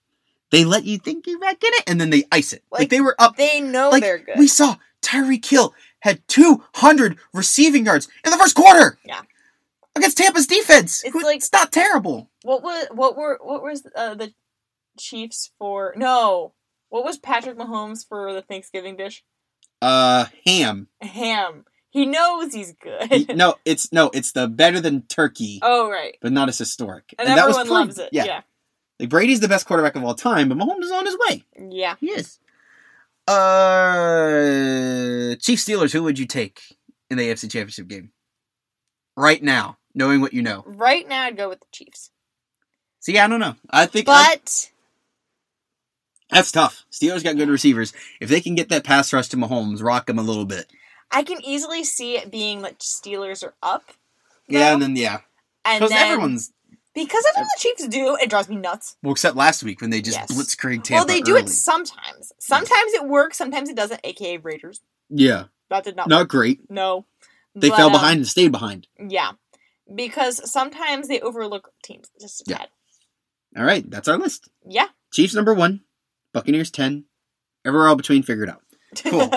Speaker 1: they let you think you're not in it, and then they ice it. Like,
Speaker 2: Like,
Speaker 1: they were up.
Speaker 2: They know
Speaker 1: like
Speaker 2: they're good.
Speaker 1: we saw, Tyree Kill had 200 receiving yards in the first quarter.
Speaker 2: Yeah.
Speaker 1: against Tampa's defense.
Speaker 2: It's
Speaker 1: who-
Speaker 2: like-
Speaker 1: it's not terrible.
Speaker 2: What was what were what was uh, the Chiefs for? No, what was Patrick Mahomes for the Thanksgiving dish?
Speaker 1: Uh, ham.
Speaker 2: Ham. He knows he's
Speaker 1: Y-
Speaker 2: good.
Speaker 1: no, it's no, it's the better than turkey,
Speaker 2: oh right,
Speaker 1: but not as historic.
Speaker 2: and,
Speaker 1: that was
Speaker 2: everyone
Speaker 1: proved.
Speaker 2: loves it.
Speaker 1: Yeah.
Speaker 2: Yeah,
Speaker 1: Like, Brady's the best quarterback of all time, but Mahomes is on his way.
Speaker 2: yeah.
Speaker 1: He is. Uh, Chief Steelers. Who would you take in the AFC Championship game right now, knowing what you know?
Speaker 2: Right now, I'd go with the Chiefs,
Speaker 1: See, I don't know. I think I-
Speaker 2: but
Speaker 1: that's tough. Steelers got good receivers. If they can get that pass rush to Mahomes, rock him a little bit.
Speaker 2: I can easily see it being that Steelers are up.
Speaker 1: Yeah,
Speaker 2: though,
Speaker 1: and then yeah,
Speaker 2: and
Speaker 1: because
Speaker 2: then
Speaker 1: everyone's
Speaker 2: because that's what the Chiefs do. It drives me nuts.
Speaker 1: well, except last week when they just
Speaker 2: Yes.
Speaker 1: blitzkrieg Tampa.
Speaker 2: well, they do
Speaker 1: early.
Speaker 2: it sometimes. Sometimes it works. Sometimes it doesn't. AKA Raiders.
Speaker 1: Yeah,
Speaker 2: That did not.
Speaker 1: not great.
Speaker 2: No.
Speaker 1: They
Speaker 2: But,
Speaker 1: fell
Speaker 2: um,
Speaker 1: behind and stayed behind.
Speaker 2: Yeah. Because sometimes they overlook teams just a
Speaker 1: Yeah.
Speaker 2: tad.
Speaker 1: All right, that's our list.
Speaker 2: Yeah.
Speaker 1: Chiefs number one, Buccaneers ten, everywhere all between figured out. Cool.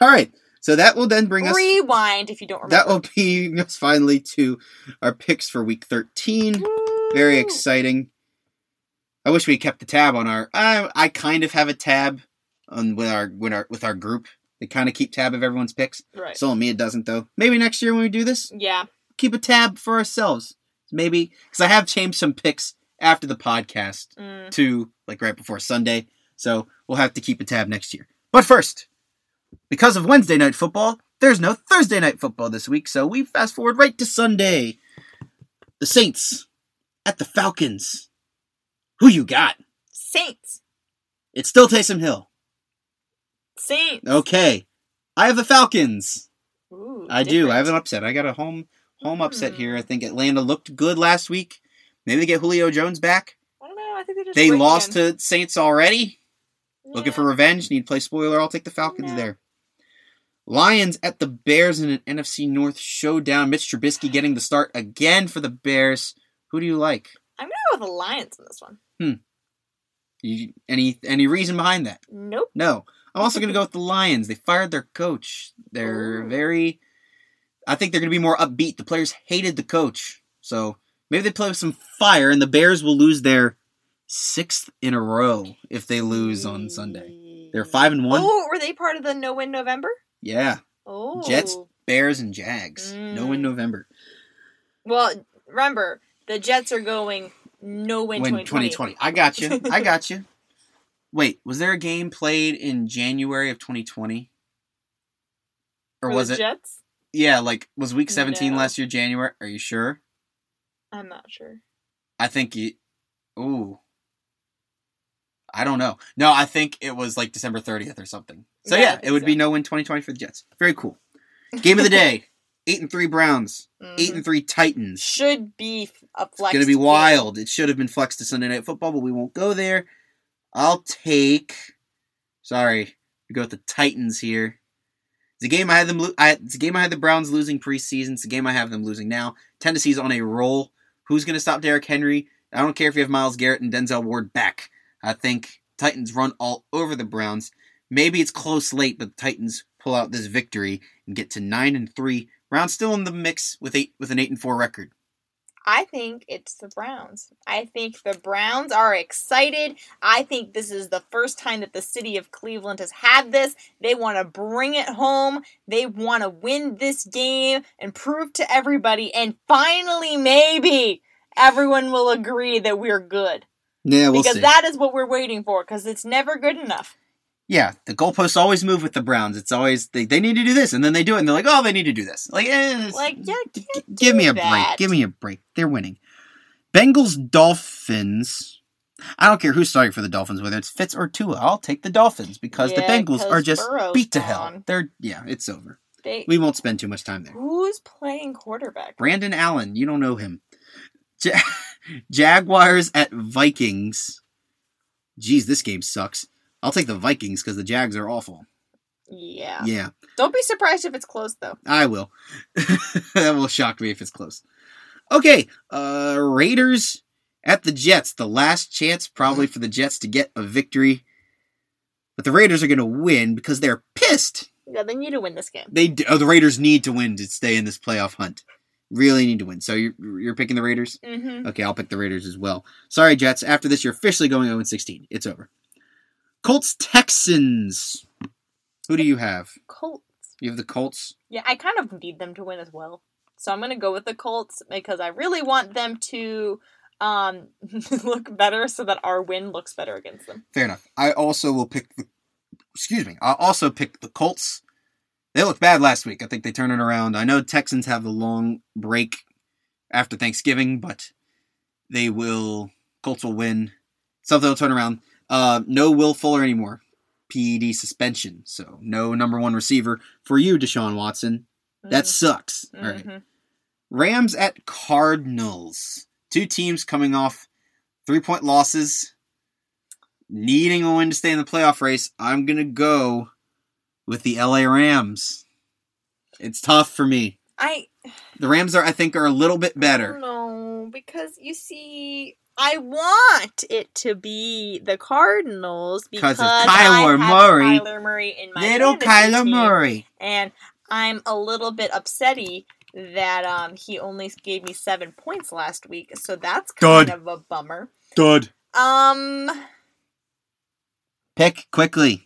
Speaker 1: All right, so that will then bring us.
Speaker 2: Rewind if you don't remember.
Speaker 1: That will be us finally to our picks for week thirteen. Very
Speaker 2: Woo!
Speaker 1: exciting. I wish we kept the tab on our. I I kind of have a tab on with our with our with our group. They kind of keep tab of everyone's picks.
Speaker 2: Right.
Speaker 1: So me, it doesn't though. Maybe next year when we do this,
Speaker 2: yeah.
Speaker 1: keep a tab for ourselves. Maybe because I have changed some picks after the podcast
Speaker 2: Mm.
Speaker 1: to like right before Sunday. So we'll have to keep a tab next year. But first, because of Wednesday night football, there's no Thursday night football this week. So we fast forward right to Sunday. The Saints at the Falcons. Who you got?
Speaker 2: Saints.
Speaker 1: It's still Taysom Hill.
Speaker 2: Saints.
Speaker 1: Okay. I have the Falcons.
Speaker 2: Ooh,
Speaker 1: I do. I have an
Speaker 2: different.
Speaker 1: upset. I got a home home upset
Speaker 2: Hmm.
Speaker 1: here. I think Atlanta looked good last week. Maybe they get Julio Jones back.
Speaker 2: I don't know. I think they just.
Speaker 1: They
Speaker 2: break
Speaker 1: lost
Speaker 2: again.
Speaker 1: to Saints already.
Speaker 2: Yeah.
Speaker 1: Looking for revenge? Need to play spoiler? I'll take the Falcons
Speaker 2: No.
Speaker 1: there. Lions at the Bears in an NFC North showdown. Mitch Trubisky getting the start again for the Bears. Who do you like?
Speaker 2: I'm gonna go with the Lions in this one.
Speaker 1: You, any any reason behind that?
Speaker 2: Nope.
Speaker 1: No. I'm also going to go with the Lions. They fired their coach. They're
Speaker 2: Ooh.
Speaker 1: very. I think they're going to be more upbeat. The players hated the coach, so maybe they play with some fire, and the Bears will lose their sixth in a row if they lose on Sunday. They're five and one.
Speaker 2: Oh, were they part of the No Win November?
Speaker 1: Yeah.
Speaker 2: Oh.
Speaker 1: Jets. Bears and Jags. No in
Speaker 2: Mm.
Speaker 1: November.
Speaker 2: Well, remember the Jets are going No Win
Speaker 1: When 2020. I got you. I got you. Wait, was there a game played in January of 2020? Or
Speaker 2: For
Speaker 1: was
Speaker 2: the
Speaker 1: it?
Speaker 2: Jets?
Speaker 1: Yeah, like was week 17
Speaker 2: No.
Speaker 1: last year January? Are you sure?
Speaker 2: I'm not sure.
Speaker 1: I think you Ooh. I don't know. No, I think it was like December 30th or something. So
Speaker 2: Yeah, I
Speaker 1: yeah, it
Speaker 2: think
Speaker 1: would be
Speaker 2: so.
Speaker 1: no win 2020 for the Jets. Very cool. Game of the day. 8 and 3 Browns, 8
Speaker 2: Mhm.
Speaker 1: and 3 Titans.
Speaker 2: should be f- a
Speaker 1: It's
Speaker 2: flex.
Speaker 1: gonna be
Speaker 2: game.
Speaker 1: wild. It should have been flexed to Sunday Night Football, but we won't go there. I'll take. Sorry, we go with the Titans here. It's a game I had them. Lo- I, it's a game I had the Browns losing preseason. It's a game I have them losing now. Tennessee's on a roll. Who's gonna stop Derrick Henry? I don't care if you have Miles Garrett and Denzel Ward back. I think Titans run all over the Browns. Maybe it's close late, but the Titans pull out this victory and get to nine and three. Browns still in the mix with eight with an eight and four record.
Speaker 2: I think it's the Browns. I think the Browns are excited. I think this is the first time that the city of Cleveland has had this. They want to bring it home. They want to win this game and prove to everybody. And finally, maybe everyone will agree that we're good
Speaker 1: Yeah, we'll
Speaker 2: because
Speaker 1: see.
Speaker 2: that is what we're waiting for. Because it's never good enough.
Speaker 1: Yeah, the goalposts always move with the Browns. It's always they, they need to do this, and then they do it, and they're like, oh, they need to do this. Like, eh, it's-
Speaker 2: Like, yeah, I
Speaker 1: g-
Speaker 2: can't
Speaker 1: give
Speaker 2: do
Speaker 1: me a
Speaker 2: that.
Speaker 1: break. Give me a break. They're winning. Bengals Dolphins. I don't care who's starting for the Dolphins, whether it's Fitz or Tua. I'll take the Dolphins because
Speaker 2: Yeah,
Speaker 1: the Bengals
Speaker 2: 'cause
Speaker 1: are just
Speaker 2: Burrow's
Speaker 1: beat to hell.
Speaker 2: gone.
Speaker 1: They're yeah, it's over.
Speaker 2: they,
Speaker 1: We won't spend too much time there.
Speaker 2: who's playing quarterback?
Speaker 1: Brandon Allen, you don't know him. Ja- Jaguars at Vikings. Jeez, this game sucks. I'll take the Vikings because the Jags are awful.
Speaker 2: Yeah.
Speaker 1: Yeah,
Speaker 2: Don't be surprised if it's close though.
Speaker 1: I will. that will shock me if it's close. Okay, uh, Raiders at the Jets. The last chance, probably, for the Jets to get a victory. But the Raiders are going to win because they're pissed.
Speaker 2: Yeah, they need to win this game.
Speaker 1: They d- oh, the Raiders need to win to stay in this playoff hunt. Really need to win. So you're, you're picking the Raiders?
Speaker 2: Mm-hmm.
Speaker 1: Okay, I'll pick the Raiders as well. Sorry, Jets. After this, you're officially going 0 16. It's over. Colts Texans. Who do you have?
Speaker 2: Colts.
Speaker 1: You have the Colts.
Speaker 2: Yeah, I kind of need them to win as well. So I'm gonna go with the Colts because I really want them to um look better so that our win looks better against them.
Speaker 1: Fair enough. I also will pick the. Excuse me. I'll also pick the Colts. They looked bad last week. I think they turn it around. I know Texans have the long break after Thanksgiving, but they will. Colts will win. Something will turn around. Uh, no Will Fuller anymore. PED suspension. So no number one receiver for you, Deshaun Watson. That sucks.
Speaker 2: Mhm.
Speaker 1: All right. Rams at Cardinals. Two teams coming off three point losses, needing a win to stay in the playoff race. I'm going to go with the LA Rams. It's tough for me.
Speaker 2: I
Speaker 1: The Rams are, I think, are a little bit better.
Speaker 2: No, because you see, I want it to be the Cardinals
Speaker 1: Because
Speaker 2: because
Speaker 1: of
Speaker 2: I
Speaker 1: Kyler
Speaker 2: have
Speaker 1: Murray.
Speaker 2: Kyler Murray in my
Speaker 1: Little
Speaker 2: fantasy
Speaker 1: Kyler
Speaker 2: team,
Speaker 1: Murray.
Speaker 2: and I'm a little bit upsetty that um he only gave me seven points last week, so that's kind
Speaker 1: Dud.
Speaker 2: of a bummer.
Speaker 1: Good.
Speaker 2: Um,
Speaker 1: Pick quickly.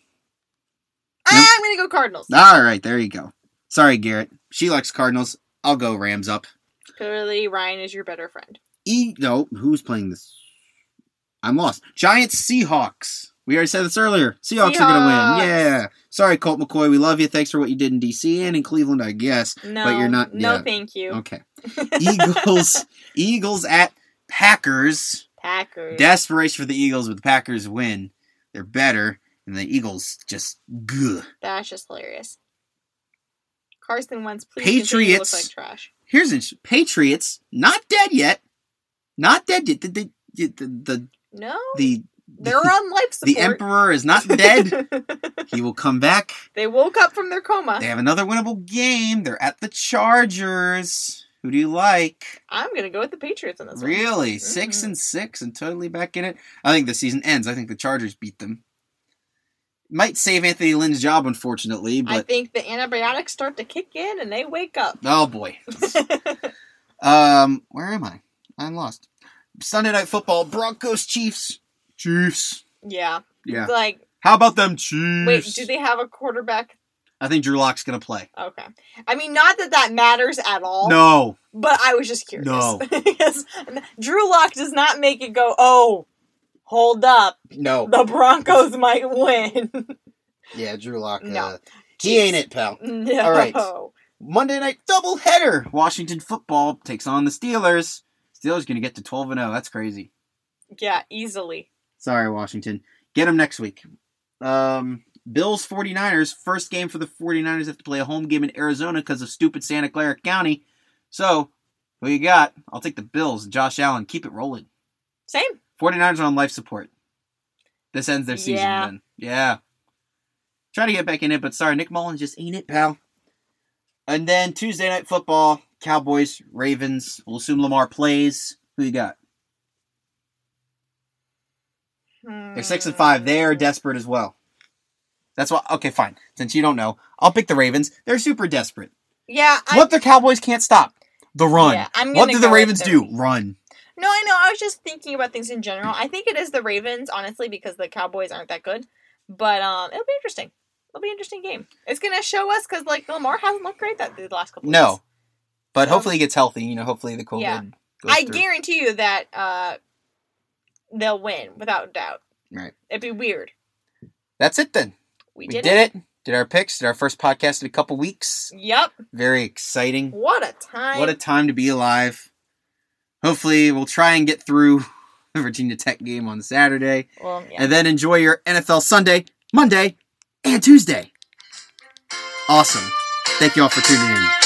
Speaker 2: I'm gonna go Cardinals.
Speaker 1: All right, there you go. Sorry, Garrett. She likes Cardinals. I'll go Rams up.
Speaker 2: Clearly, Ryan is your better friend.
Speaker 1: E no, who's playing this? I'm lost. Giants Seahawks. We already said this earlier. Seahawks, are gonna win.
Speaker 2: Seahawks.
Speaker 1: Yeah. Sorry, Colt McCoy. We love you. Thanks for what you did in DC and in Cleveland, I guess.
Speaker 2: No,
Speaker 1: you're not-
Speaker 2: No,
Speaker 1: yeah.
Speaker 2: thank you,
Speaker 1: Okay. Eagles Eagles at Packers.
Speaker 2: Packers.
Speaker 1: Desperation for the Eagles, but the Packers win. They're better. And the Eagles just gah.
Speaker 2: That's just hilarious. Carson Wentz, please continue to look
Speaker 1: Patriots.
Speaker 2: like trash.
Speaker 1: Here's an sh- Patriots, not dead yet. Not dead yet. The the the the,
Speaker 2: No,
Speaker 1: the,
Speaker 2: they're on life support.
Speaker 1: the Emperor is not dead. he will come back.
Speaker 2: they woke up from their coma.
Speaker 1: They have another winnable game. They're at the Chargers. Who do you like?
Speaker 2: I'm gonna go with the Patriots on this one.
Speaker 1: really? Six
Speaker 2: Mhm.
Speaker 1: and six and totally back in it. I think the season ends. I think the Chargers beat them. Might save Anthony Lynn's job, unfortunately,
Speaker 2: I
Speaker 1: but
Speaker 2: think the antibiotics start to kick in and they wake up.
Speaker 1: oh boy. um, where am I? I'm lost. Sunday night football, Broncos Chiefs. Chiefs.
Speaker 2: yeah.
Speaker 1: Yeah. Mm,
Speaker 2: Like,
Speaker 1: How about them Chiefs?
Speaker 2: wait, do they have a quarterback?
Speaker 1: I think Drew Locke's gonna play.
Speaker 2: Okay. I mean, not that that matters at all.
Speaker 1: No.
Speaker 2: But I was just curious.
Speaker 1: No.
Speaker 2: Because Drew Lock does not make it go, oh, hold up.
Speaker 1: No.
Speaker 2: The Broncos might win.
Speaker 1: Yeah, Drew Lock. uh,
Speaker 2: No.
Speaker 1: he ain't it, pal.
Speaker 2: no.
Speaker 1: All right. Monday night doubleheader. Washington football takes on the Steelers. Steelers going to get to 12 and 0. That's crazy.
Speaker 2: Yeah, easily.
Speaker 1: Sorry, Washington. Get them next week. Um, Bills 49ers. First game for the 49ers have to play a home game in Arizona because of stupid Santa Clara County. So, who you got? I'll take the Bills. Josh Allen. Keep it rolling.
Speaker 2: Same.
Speaker 1: 49ers are on life support. This ends their season
Speaker 2: Yeah.
Speaker 1: then. Yeah. Try to get back in it, but sorry, Nick Mullins just ain't it, pal. And then Tuesday night football, Cowboys, Ravens. We'll assume Lamar plays. Who you got? They're six and five. They
Speaker 2: Hmm.
Speaker 1: are desperate as well. That's why okay, fine. Since you don't know, I'll pick the Ravens. They're super desperate.
Speaker 2: Yeah. I,
Speaker 1: what the Cowboys can't stop? The run.
Speaker 2: Yeah, I'm
Speaker 1: what
Speaker 2: gonna
Speaker 1: do the
Speaker 2: go with
Speaker 1: Ravens
Speaker 2: the-
Speaker 1: do? Run.
Speaker 2: No, I know. I was just thinking about things in general. I think it is the Ravens, honestly, because the Cowboys aren't that good. But um, it'll be interesting. It'll be an interesting game. It's gonna show us because like Lamar hasn't looked great that the last couple.
Speaker 1: No. But
Speaker 2: Um,
Speaker 1: hopefully he gets healthy, you know, hopefully the COVID
Speaker 2: Yeah.
Speaker 1: goes
Speaker 2: weeks. I
Speaker 1: through.
Speaker 2: guarantee you that uh, they'll win without doubt.
Speaker 1: Right.
Speaker 2: It'd be weird.
Speaker 1: That's it then. We,
Speaker 2: We, did,
Speaker 1: did,
Speaker 2: it.
Speaker 1: it. Did our picks. Did our first podcast in a couple weeks.
Speaker 2: Yep.
Speaker 1: Very exciting.
Speaker 2: What a time.
Speaker 1: What a time to be alive. Hopefully, we'll try and get through the Virginia Tech game on Saturday
Speaker 2: well, yeah.
Speaker 1: and then enjoy your NFL Sunday, Monday, and Tuesday. Awesome. Thank you all for tuning in.